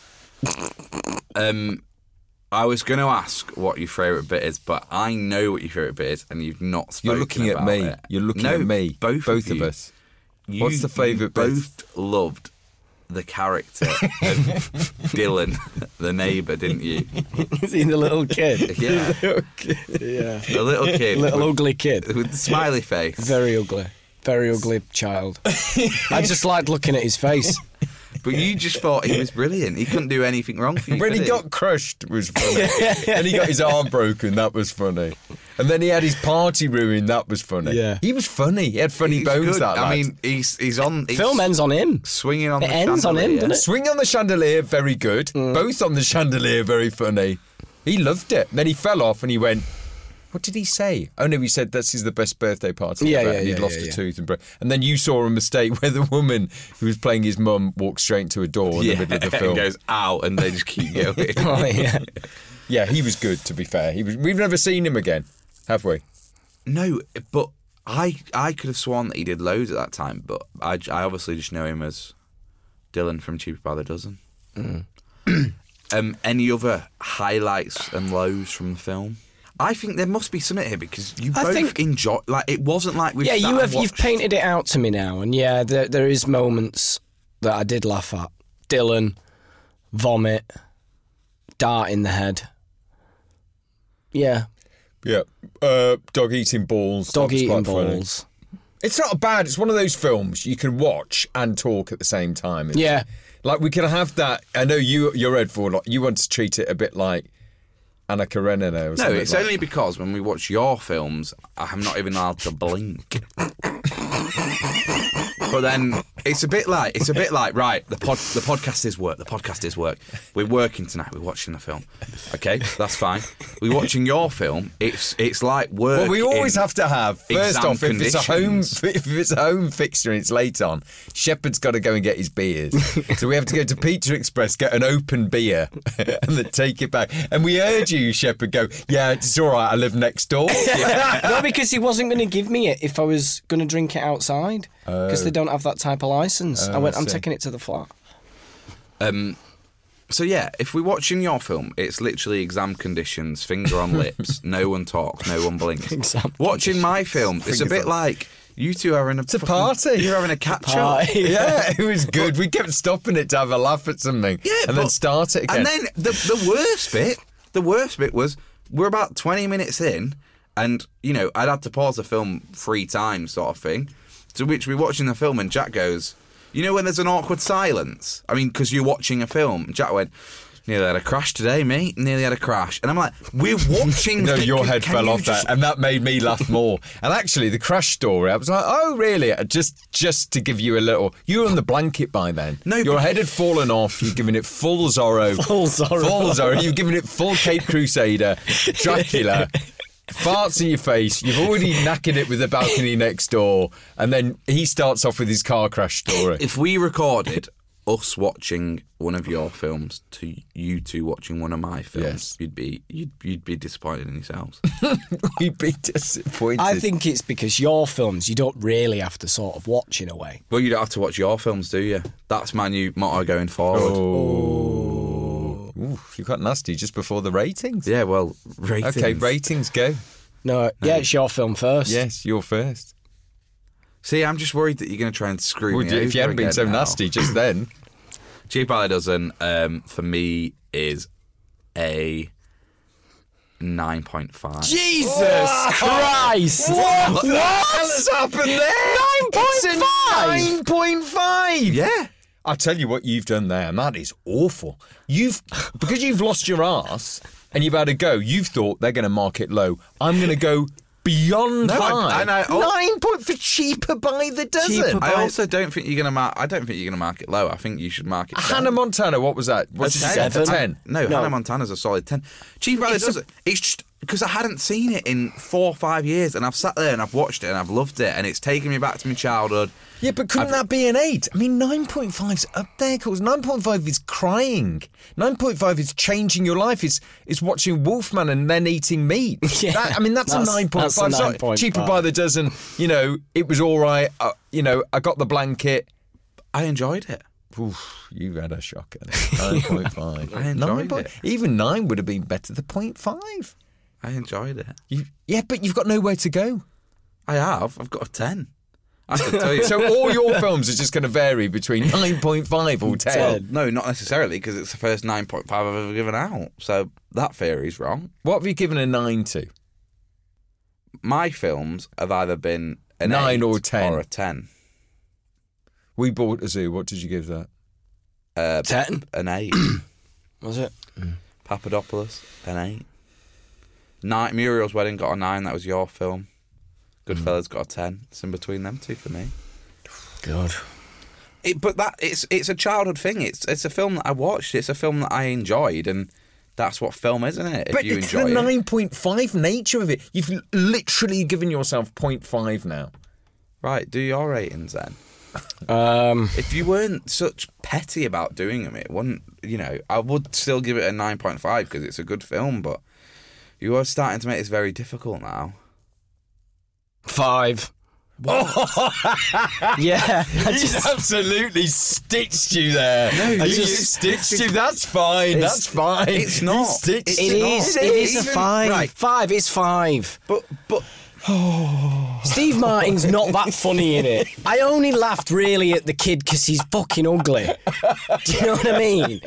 [SPEAKER 2] I was going to ask what your favourite bit is, but I know what your favourite bit is, and you've not spoken
[SPEAKER 4] You're looking at
[SPEAKER 2] about
[SPEAKER 4] me.
[SPEAKER 2] it.
[SPEAKER 4] You're looking
[SPEAKER 2] No,
[SPEAKER 4] at me.
[SPEAKER 2] Both,
[SPEAKER 4] both of
[SPEAKER 2] you.
[SPEAKER 4] us.
[SPEAKER 2] You-
[SPEAKER 4] What's the favourite
[SPEAKER 2] you
[SPEAKER 4] bit?
[SPEAKER 2] Both loved the character of Dylan, the neighbour, didn't you?
[SPEAKER 3] Is he the little kid?
[SPEAKER 2] Yeah,
[SPEAKER 3] yeah.
[SPEAKER 2] the little kid,
[SPEAKER 3] Little
[SPEAKER 2] with,
[SPEAKER 3] ugly kid.
[SPEAKER 2] with the smiley face.
[SPEAKER 3] Very ugly. Very ugly child. I just liked looking at his face.
[SPEAKER 2] But you just thought he was brilliant. He couldn't do anything wrong for you.
[SPEAKER 4] When
[SPEAKER 2] could
[SPEAKER 4] he got crushed was funny. and he got his arm broken, that was funny. And then he had his party ruined, that was funny.
[SPEAKER 3] Yeah.
[SPEAKER 4] He was funny. He had funny
[SPEAKER 2] He's
[SPEAKER 4] bones
[SPEAKER 2] good.
[SPEAKER 4] that
[SPEAKER 2] I
[SPEAKER 4] lad.
[SPEAKER 2] mean, he's he's on. He's
[SPEAKER 3] Film ends on him.
[SPEAKER 2] swinging on.
[SPEAKER 3] It
[SPEAKER 2] the
[SPEAKER 3] ends on him,
[SPEAKER 2] chandelier.
[SPEAKER 3] doesn't it?
[SPEAKER 4] Swing on the chandelier, very good.
[SPEAKER 3] Mm.
[SPEAKER 4] Both on the chandelier, very funny. He loved it. Then he fell off and he went, What did he say? Oh no, he said this is the best birthday party
[SPEAKER 3] Yeah,
[SPEAKER 4] ever.
[SPEAKER 3] yeah,
[SPEAKER 4] and he'd
[SPEAKER 3] yeah,
[SPEAKER 4] lost
[SPEAKER 3] yeah,
[SPEAKER 4] a
[SPEAKER 3] yeah.
[SPEAKER 4] tooth and bro- and then you saw a mistake where the woman who was playing his mum walked straight into a door in
[SPEAKER 2] Yeah,
[SPEAKER 4] the middle of the
[SPEAKER 2] and
[SPEAKER 4] film.
[SPEAKER 2] goes out, and they just keep going.
[SPEAKER 3] Oh, yeah.
[SPEAKER 4] yeah, he was good to be fair. He was we've never seen him again, have we?
[SPEAKER 2] No, but I I could have sworn that he did loads at that time, but I, j- I obviously just know him as Dylan from Cheaper by the Dozen. um, any other highlights and lows from the film? I think there must be something here because you
[SPEAKER 3] I
[SPEAKER 2] both
[SPEAKER 3] think-
[SPEAKER 2] enjoy. Like it wasn't like we
[SPEAKER 3] Yeah,
[SPEAKER 2] sat
[SPEAKER 3] you
[SPEAKER 2] and
[SPEAKER 3] have you've
[SPEAKER 2] watched-
[SPEAKER 3] painted it out to me now, and yeah, there, there is moments that I did laugh at. Dylan, vomit, dart in the head. Yeah,
[SPEAKER 4] Yeah. Uh, dog eating balls. That
[SPEAKER 3] dog
[SPEAKER 4] was
[SPEAKER 3] eating
[SPEAKER 4] quite funny.
[SPEAKER 3] balls.
[SPEAKER 4] It's not bad. It's one of those films you can watch and talk at the same time. It's-
[SPEAKER 3] Yeah.
[SPEAKER 4] Like we can have that. I know you. You're Ed Forlock. You want to treat it a bit like Anna Karenina. Or
[SPEAKER 2] No,
[SPEAKER 4] something
[SPEAKER 2] it's
[SPEAKER 4] like
[SPEAKER 2] only because when we watch your films, I'm not even allowed to blink. but then it's a bit like it's a bit like right. The pod the podcast is work. The podcast is work. We're working tonight. We're watching the film. Okay, that's fine. We're watching your film. It's it's like work.
[SPEAKER 4] Well, we always
[SPEAKER 2] in
[SPEAKER 4] have to have first
[SPEAKER 2] exam
[SPEAKER 4] off if it's a home
[SPEAKER 2] conditions.
[SPEAKER 4] if it's a home fixture and it's late on. Shepherd's got to go and get his beers, so we have to go to Pizza Express get an open beer and then take it back. And we urge you, Shepherd, go. Yeah, it's all right. I live next door.
[SPEAKER 3] no, because he wasn't going to give me it if I was going to drink it outside because they don't have that type of license. I went,
[SPEAKER 4] I
[SPEAKER 3] I'm
[SPEAKER 4] see.
[SPEAKER 3] taking it to the flat.
[SPEAKER 2] So yeah, if we're watching your film, it's literally exam conditions, finger on lips, no one talks, no one blinks.
[SPEAKER 3] Exam
[SPEAKER 2] watching my film, it's a
[SPEAKER 4] Fingers
[SPEAKER 2] bit
[SPEAKER 4] on-
[SPEAKER 2] like you two are in a
[SPEAKER 4] a
[SPEAKER 2] fucking-
[SPEAKER 4] party.
[SPEAKER 2] You're having a catch up.
[SPEAKER 3] party.
[SPEAKER 4] Yeah, it was good. We kept stopping it to have a laugh at something.
[SPEAKER 2] Yeah,
[SPEAKER 4] and then
[SPEAKER 2] but-
[SPEAKER 4] start it again.
[SPEAKER 2] And then the the worst bit, the worst bit was we're about twenty minutes in, and you know I'd had to pause the film three times, sort of thing. To which we're watching the film, and Jack goes, "You know when there's an awkward silence? I mean, because you're watching a film." And Jack went. Nearly had a crash today, mate. Nearly had a crash, and I'm like, "We're watching."
[SPEAKER 4] no,
[SPEAKER 2] the-
[SPEAKER 4] your
[SPEAKER 2] can-
[SPEAKER 4] head
[SPEAKER 2] can
[SPEAKER 4] fell
[SPEAKER 2] you
[SPEAKER 4] off
[SPEAKER 2] just-
[SPEAKER 4] that, and that made me laugh more. and actually, the crash story, I was like, "Oh, really?" Just, just to give you a little, you were on the blanket by then.
[SPEAKER 2] No,
[SPEAKER 4] your
[SPEAKER 2] but-
[SPEAKER 4] head had fallen off. You've given it full Zorro,
[SPEAKER 3] Full Zorro.
[SPEAKER 4] full Zorro. You've given it full Cape Crusader, Dracula, farts in your face. You've already knackered it with the balcony next door, and then he starts off with his car crash story.
[SPEAKER 2] If we recorded us watching one of your films to you two watching one of my films,
[SPEAKER 4] Yes.
[SPEAKER 2] you'd be you'd you'd be disappointed in yourselves.
[SPEAKER 4] We'd be disappointed.
[SPEAKER 3] I think it's because your films you don't really have to sort of watch in a way.
[SPEAKER 2] well, you don't have to watch your films, do you? That's my new motto going forward.
[SPEAKER 4] Oh.
[SPEAKER 2] Oh.
[SPEAKER 4] Ooh, you got nasty just before the ratings.
[SPEAKER 2] Yeah, well, ratings.
[SPEAKER 4] Okay, ratings go.
[SPEAKER 3] No, yeah, it's your film first.
[SPEAKER 4] Yes, you're first.
[SPEAKER 2] See, I'm just worried that you're going to try and screw
[SPEAKER 4] Well,
[SPEAKER 2] me.
[SPEAKER 4] if you
[SPEAKER 2] over
[SPEAKER 4] hadn't been
[SPEAKER 2] again
[SPEAKER 4] so
[SPEAKER 2] now.
[SPEAKER 4] nasty just then,
[SPEAKER 2] Cheap by the dozen um, for me is a nine point five.
[SPEAKER 3] Jesus Christ!
[SPEAKER 4] what the hell has happened there? Nine point five. Nine point five.
[SPEAKER 2] Yeah.
[SPEAKER 4] I tell you what you've done there, and that is awful. You've because you've lost your ass and you've had a go. You've thought they're going to mark it low. I'm going to go beyond
[SPEAKER 2] No, I-
[SPEAKER 4] high.
[SPEAKER 2] and I- oh.
[SPEAKER 4] Nine point for cheaper by the dozen.
[SPEAKER 3] Cheaper
[SPEAKER 2] I also don't think you're going to mark. I don't think you're going to mark it low. I think you should mark it.
[SPEAKER 4] Hannah
[SPEAKER 2] down.
[SPEAKER 4] Montana, what was that? What did you say?
[SPEAKER 3] seven.
[SPEAKER 4] A Ten.
[SPEAKER 2] No, Hannah Montana's a solid ten. Cheap by the dozen. It's just because I hadn't seen it in four or five years, and I've sat there and I've watched it and I've loved it, and it's taken me back to my childhood.
[SPEAKER 4] Yeah, but couldn't that be an eight? I mean, 9.5's up there, cause 9.5 is crying. 9.5 is changing your life. Is is watching Wolfman and then eating meat.
[SPEAKER 3] Yeah,
[SPEAKER 4] That- I mean, that's,
[SPEAKER 3] that's-
[SPEAKER 4] a 9.5.
[SPEAKER 3] that's a
[SPEAKER 4] It's not
[SPEAKER 3] 9.5.
[SPEAKER 4] cheaper by the dozen. You know, it was all right. Uh, you know, I got the blanket.
[SPEAKER 2] I enjoyed it.
[SPEAKER 4] Oof, you had a shocker. 9.5.
[SPEAKER 2] I enjoyed it.
[SPEAKER 4] Even 9 would have been better than 0.5.
[SPEAKER 2] I enjoyed it.
[SPEAKER 4] You, yeah, but you've got nowhere to go.
[SPEAKER 2] I have. I've got a ten. I can tell you.
[SPEAKER 4] So all your films are just going to vary between 9.5 or 10.
[SPEAKER 2] Well, no, not necessarily, because it's the first 9.5 I've ever given out. So that theory's wrong.
[SPEAKER 4] What have you given a 9 to?
[SPEAKER 2] My films have either been an
[SPEAKER 4] Nine
[SPEAKER 2] eight
[SPEAKER 4] or 10.
[SPEAKER 2] Or a 10.
[SPEAKER 4] We bought a zoo. What did you give that?
[SPEAKER 2] Uh,
[SPEAKER 3] Ten
[SPEAKER 2] an 8.
[SPEAKER 3] was it?
[SPEAKER 2] Papadopoulos, an 8. Night Muriel's Wedding got a 9. That was your film. Goodfellas got a 10. It's in between them two for me.
[SPEAKER 3] Good.
[SPEAKER 2] It, but that it's it's a childhood thing. It's it's a film that I watched. It's a film that I enjoyed, and that's what film is, isn't it? If
[SPEAKER 4] but
[SPEAKER 2] you
[SPEAKER 4] it's
[SPEAKER 2] enjoy
[SPEAKER 4] the
[SPEAKER 2] it.
[SPEAKER 4] nine point five nature of it. You've l- literally given yourself 0.5 now.
[SPEAKER 2] right, do your ratings then.
[SPEAKER 3] Um,
[SPEAKER 2] if you weren't such petty about doing them, it wouldn't. You know, I would still give it a nine point five because it's a good film. But you are starting to make this very difficult now.
[SPEAKER 3] five. yeah, I
[SPEAKER 4] He's
[SPEAKER 3] just-
[SPEAKER 4] absolutely stitched you there. No, you
[SPEAKER 3] just-
[SPEAKER 4] stitched you. That's fine.
[SPEAKER 3] It's-
[SPEAKER 4] That's fine.
[SPEAKER 2] it's
[SPEAKER 4] You
[SPEAKER 2] not.
[SPEAKER 4] stitched
[SPEAKER 2] It's
[SPEAKER 3] it
[SPEAKER 4] you.
[SPEAKER 3] is.
[SPEAKER 2] not.
[SPEAKER 3] It is a
[SPEAKER 2] Even-
[SPEAKER 3] five.
[SPEAKER 2] right.
[SPEAKER 3] Five is five.
[SPEAKER 2] But but
[SPEAKER 3] Steve Martin's not that funny in it. I only laughed really at the kid because he's fucking ugly. Do you know what I mean?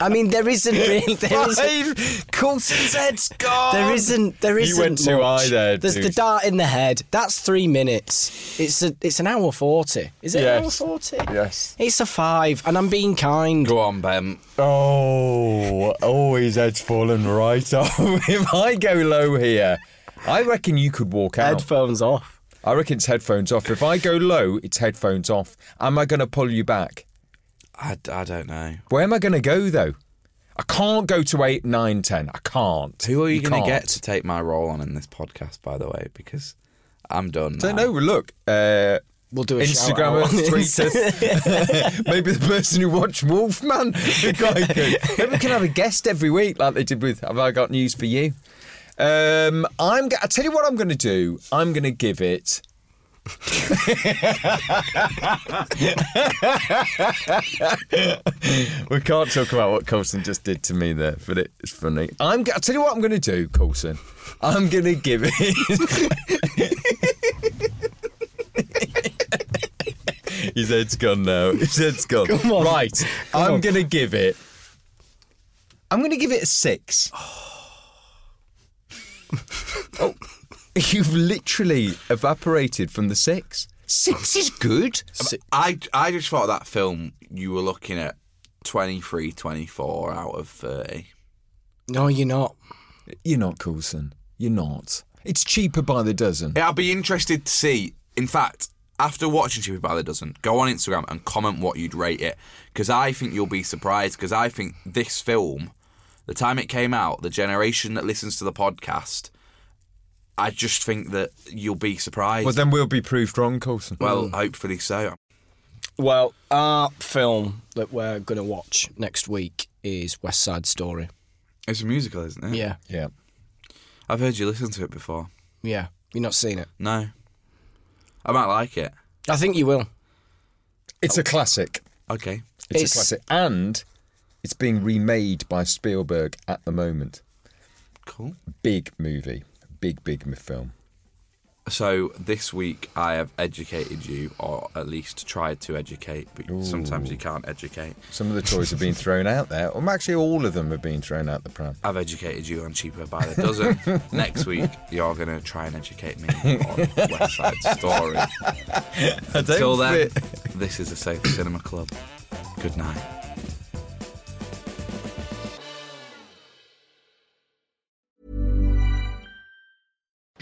[SPEAKER 3] I mean, there isn't really. There isn't,
[SPEAKER 4] Five. Coulson's head's gone.
[SPEAKER 3] there isn't. There isn't.
[SPEAKER 4] You went too
[SPEAKER 3] much.
[SPEAKER 4] high there,
[SPEAKER 3] There's the
[SPEAKER 4] dude.
[SPEAKER 3] dart in the head. That's three minutes. It's a. It's an hour forty. Is it an hour
[SPEAKER 4] Yes.
[SPEAKER 3] forty?
[SPEAKER 4] Yes.
[SPEAKER 3] It's a five, and I'm being kind.
[SPEAKER 2] go on, Ben.
[SPEAKER 4] Oh, oh, his head's fallen right off. if I go low here, I reckon you could walk out.
[SPEAKER 3] Headphones off.
[SPEAKER 4] I reckon it's headphones off. If I go low, it's headphones off. Am I going to pull you back?
[SPEAKER 2] I, I don't know.
[SPEAKER 4] Where am I going to go though? I can't go to eight, nine, ten. I can't.
[SPEAKER 2] Who are you, going
[SPEAKER 4] can't.
[SPEAKER 2] to get to take my role on in this podcast? By the way, because I'm done.
[SPEAKER 4] Don't
[SPEAKER 2] now.
[SPEAKER 4] know. Look, uh,
[SPEAKER 3] We'll do a
[SPEAKER 4] Instagram,
[SPEAKER 3] shout-out on
[SPEAKER 4] tweet us. Maybe the person who watched Wolfman. The guy could. Maybe we can have a guest every week, like they did with Have I Got News for You? Um, I'm. Go- I tell you what, I'm going to do. I'm going to give it. we can't talk about what Coulson just did to me there, but it's funny. I'm. go- I tell you what, I'm going to do, Coulson. I'm going to give it. His head's gone now. His head's gone.
[SPEAKER 3] on.
[SPEAKER 4] Right. I'm going to give it. I'm going to give it a six. oh. You've literally evaporated from the six. Six is good.
[SPEAKER 2] I I just thought that film you were looking at 23, 24 out of thirty.
[SPEAKER 3] No, you're not.
[SPEAKER 4] You're not Coulson. You're not. It's cheaper by the dozen.
[SPEAKER 2] Yeah, I'll be interested to see. In fact, after watching Cheapy by the Dozen, go on Instagram and comment what you'd rate it because I think you'll be surprised because I think this film, the time it came out, the generation that listens to the podcast, I just think that you'll be surprised.
[SPEAKER 4] Well, then we'll be proved wrong, Coulson.
[SPEAKER 2] well, hopefully so.
[SPEAKER 3] Well, our film that we're going to watch next week is West Side Story.
[SPEAKER 2] It's a musical, isn't it?
[SPEAKER 3] Yeah,
[SPEAKER 4] yeah.
[SPEAKER 2] I've heard you listen to it before.
[SPEAKER 3] yeah. You've not seen it.
[SPEAKER 2] No. I might like it.
[SPEAKER 3] I think you will.
[SPEAKER 4] It's a classic.
[SPEAKER 2] Okay.
[SPEAKER 4] It's,
[SPEAKER 3] It's-
[SPEAKER 4] a classic. And it's being remade by Spielberg at the moment.
[SPEAKER 2] Cool.
[SPEAKER 4] Big movie. Big, big m- film.
[SPEAKER 2] So this week I have educated you, or at least tried to educate, but sometimes you can't educate.
[SPEAKER 4] Some of the toys have been thrown out there. Well, actually, all of them have been thrown out the pram.
[SPEAKER 2] I've educated you on cheaper by the dozen. Next week you're gonna try and educate me on West Side Story. Till then, this is the Safe Cinema Club. Good night.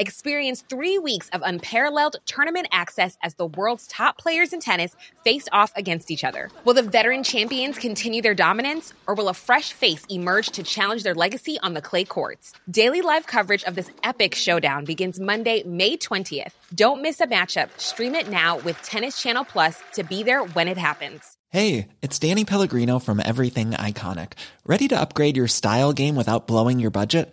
[SPEAKER 7] Experience three weeks of unparalleled tournament access as the world's top players in tennis face off against each other. Will the veteran champions continue their dominance, or will a fresh face emerge to challenge their legacy on the clay courts? Daily live coverage of this epic showdown begins Monday, May 20th. Don't miss a matchup. Stream it now with Tennis Channel Plus to be there when it happens.
[SPEAKER 8] Hey, it's Danny Pellegrino from Everything Iconic. Ready to upgrade your style game without blowing your budget?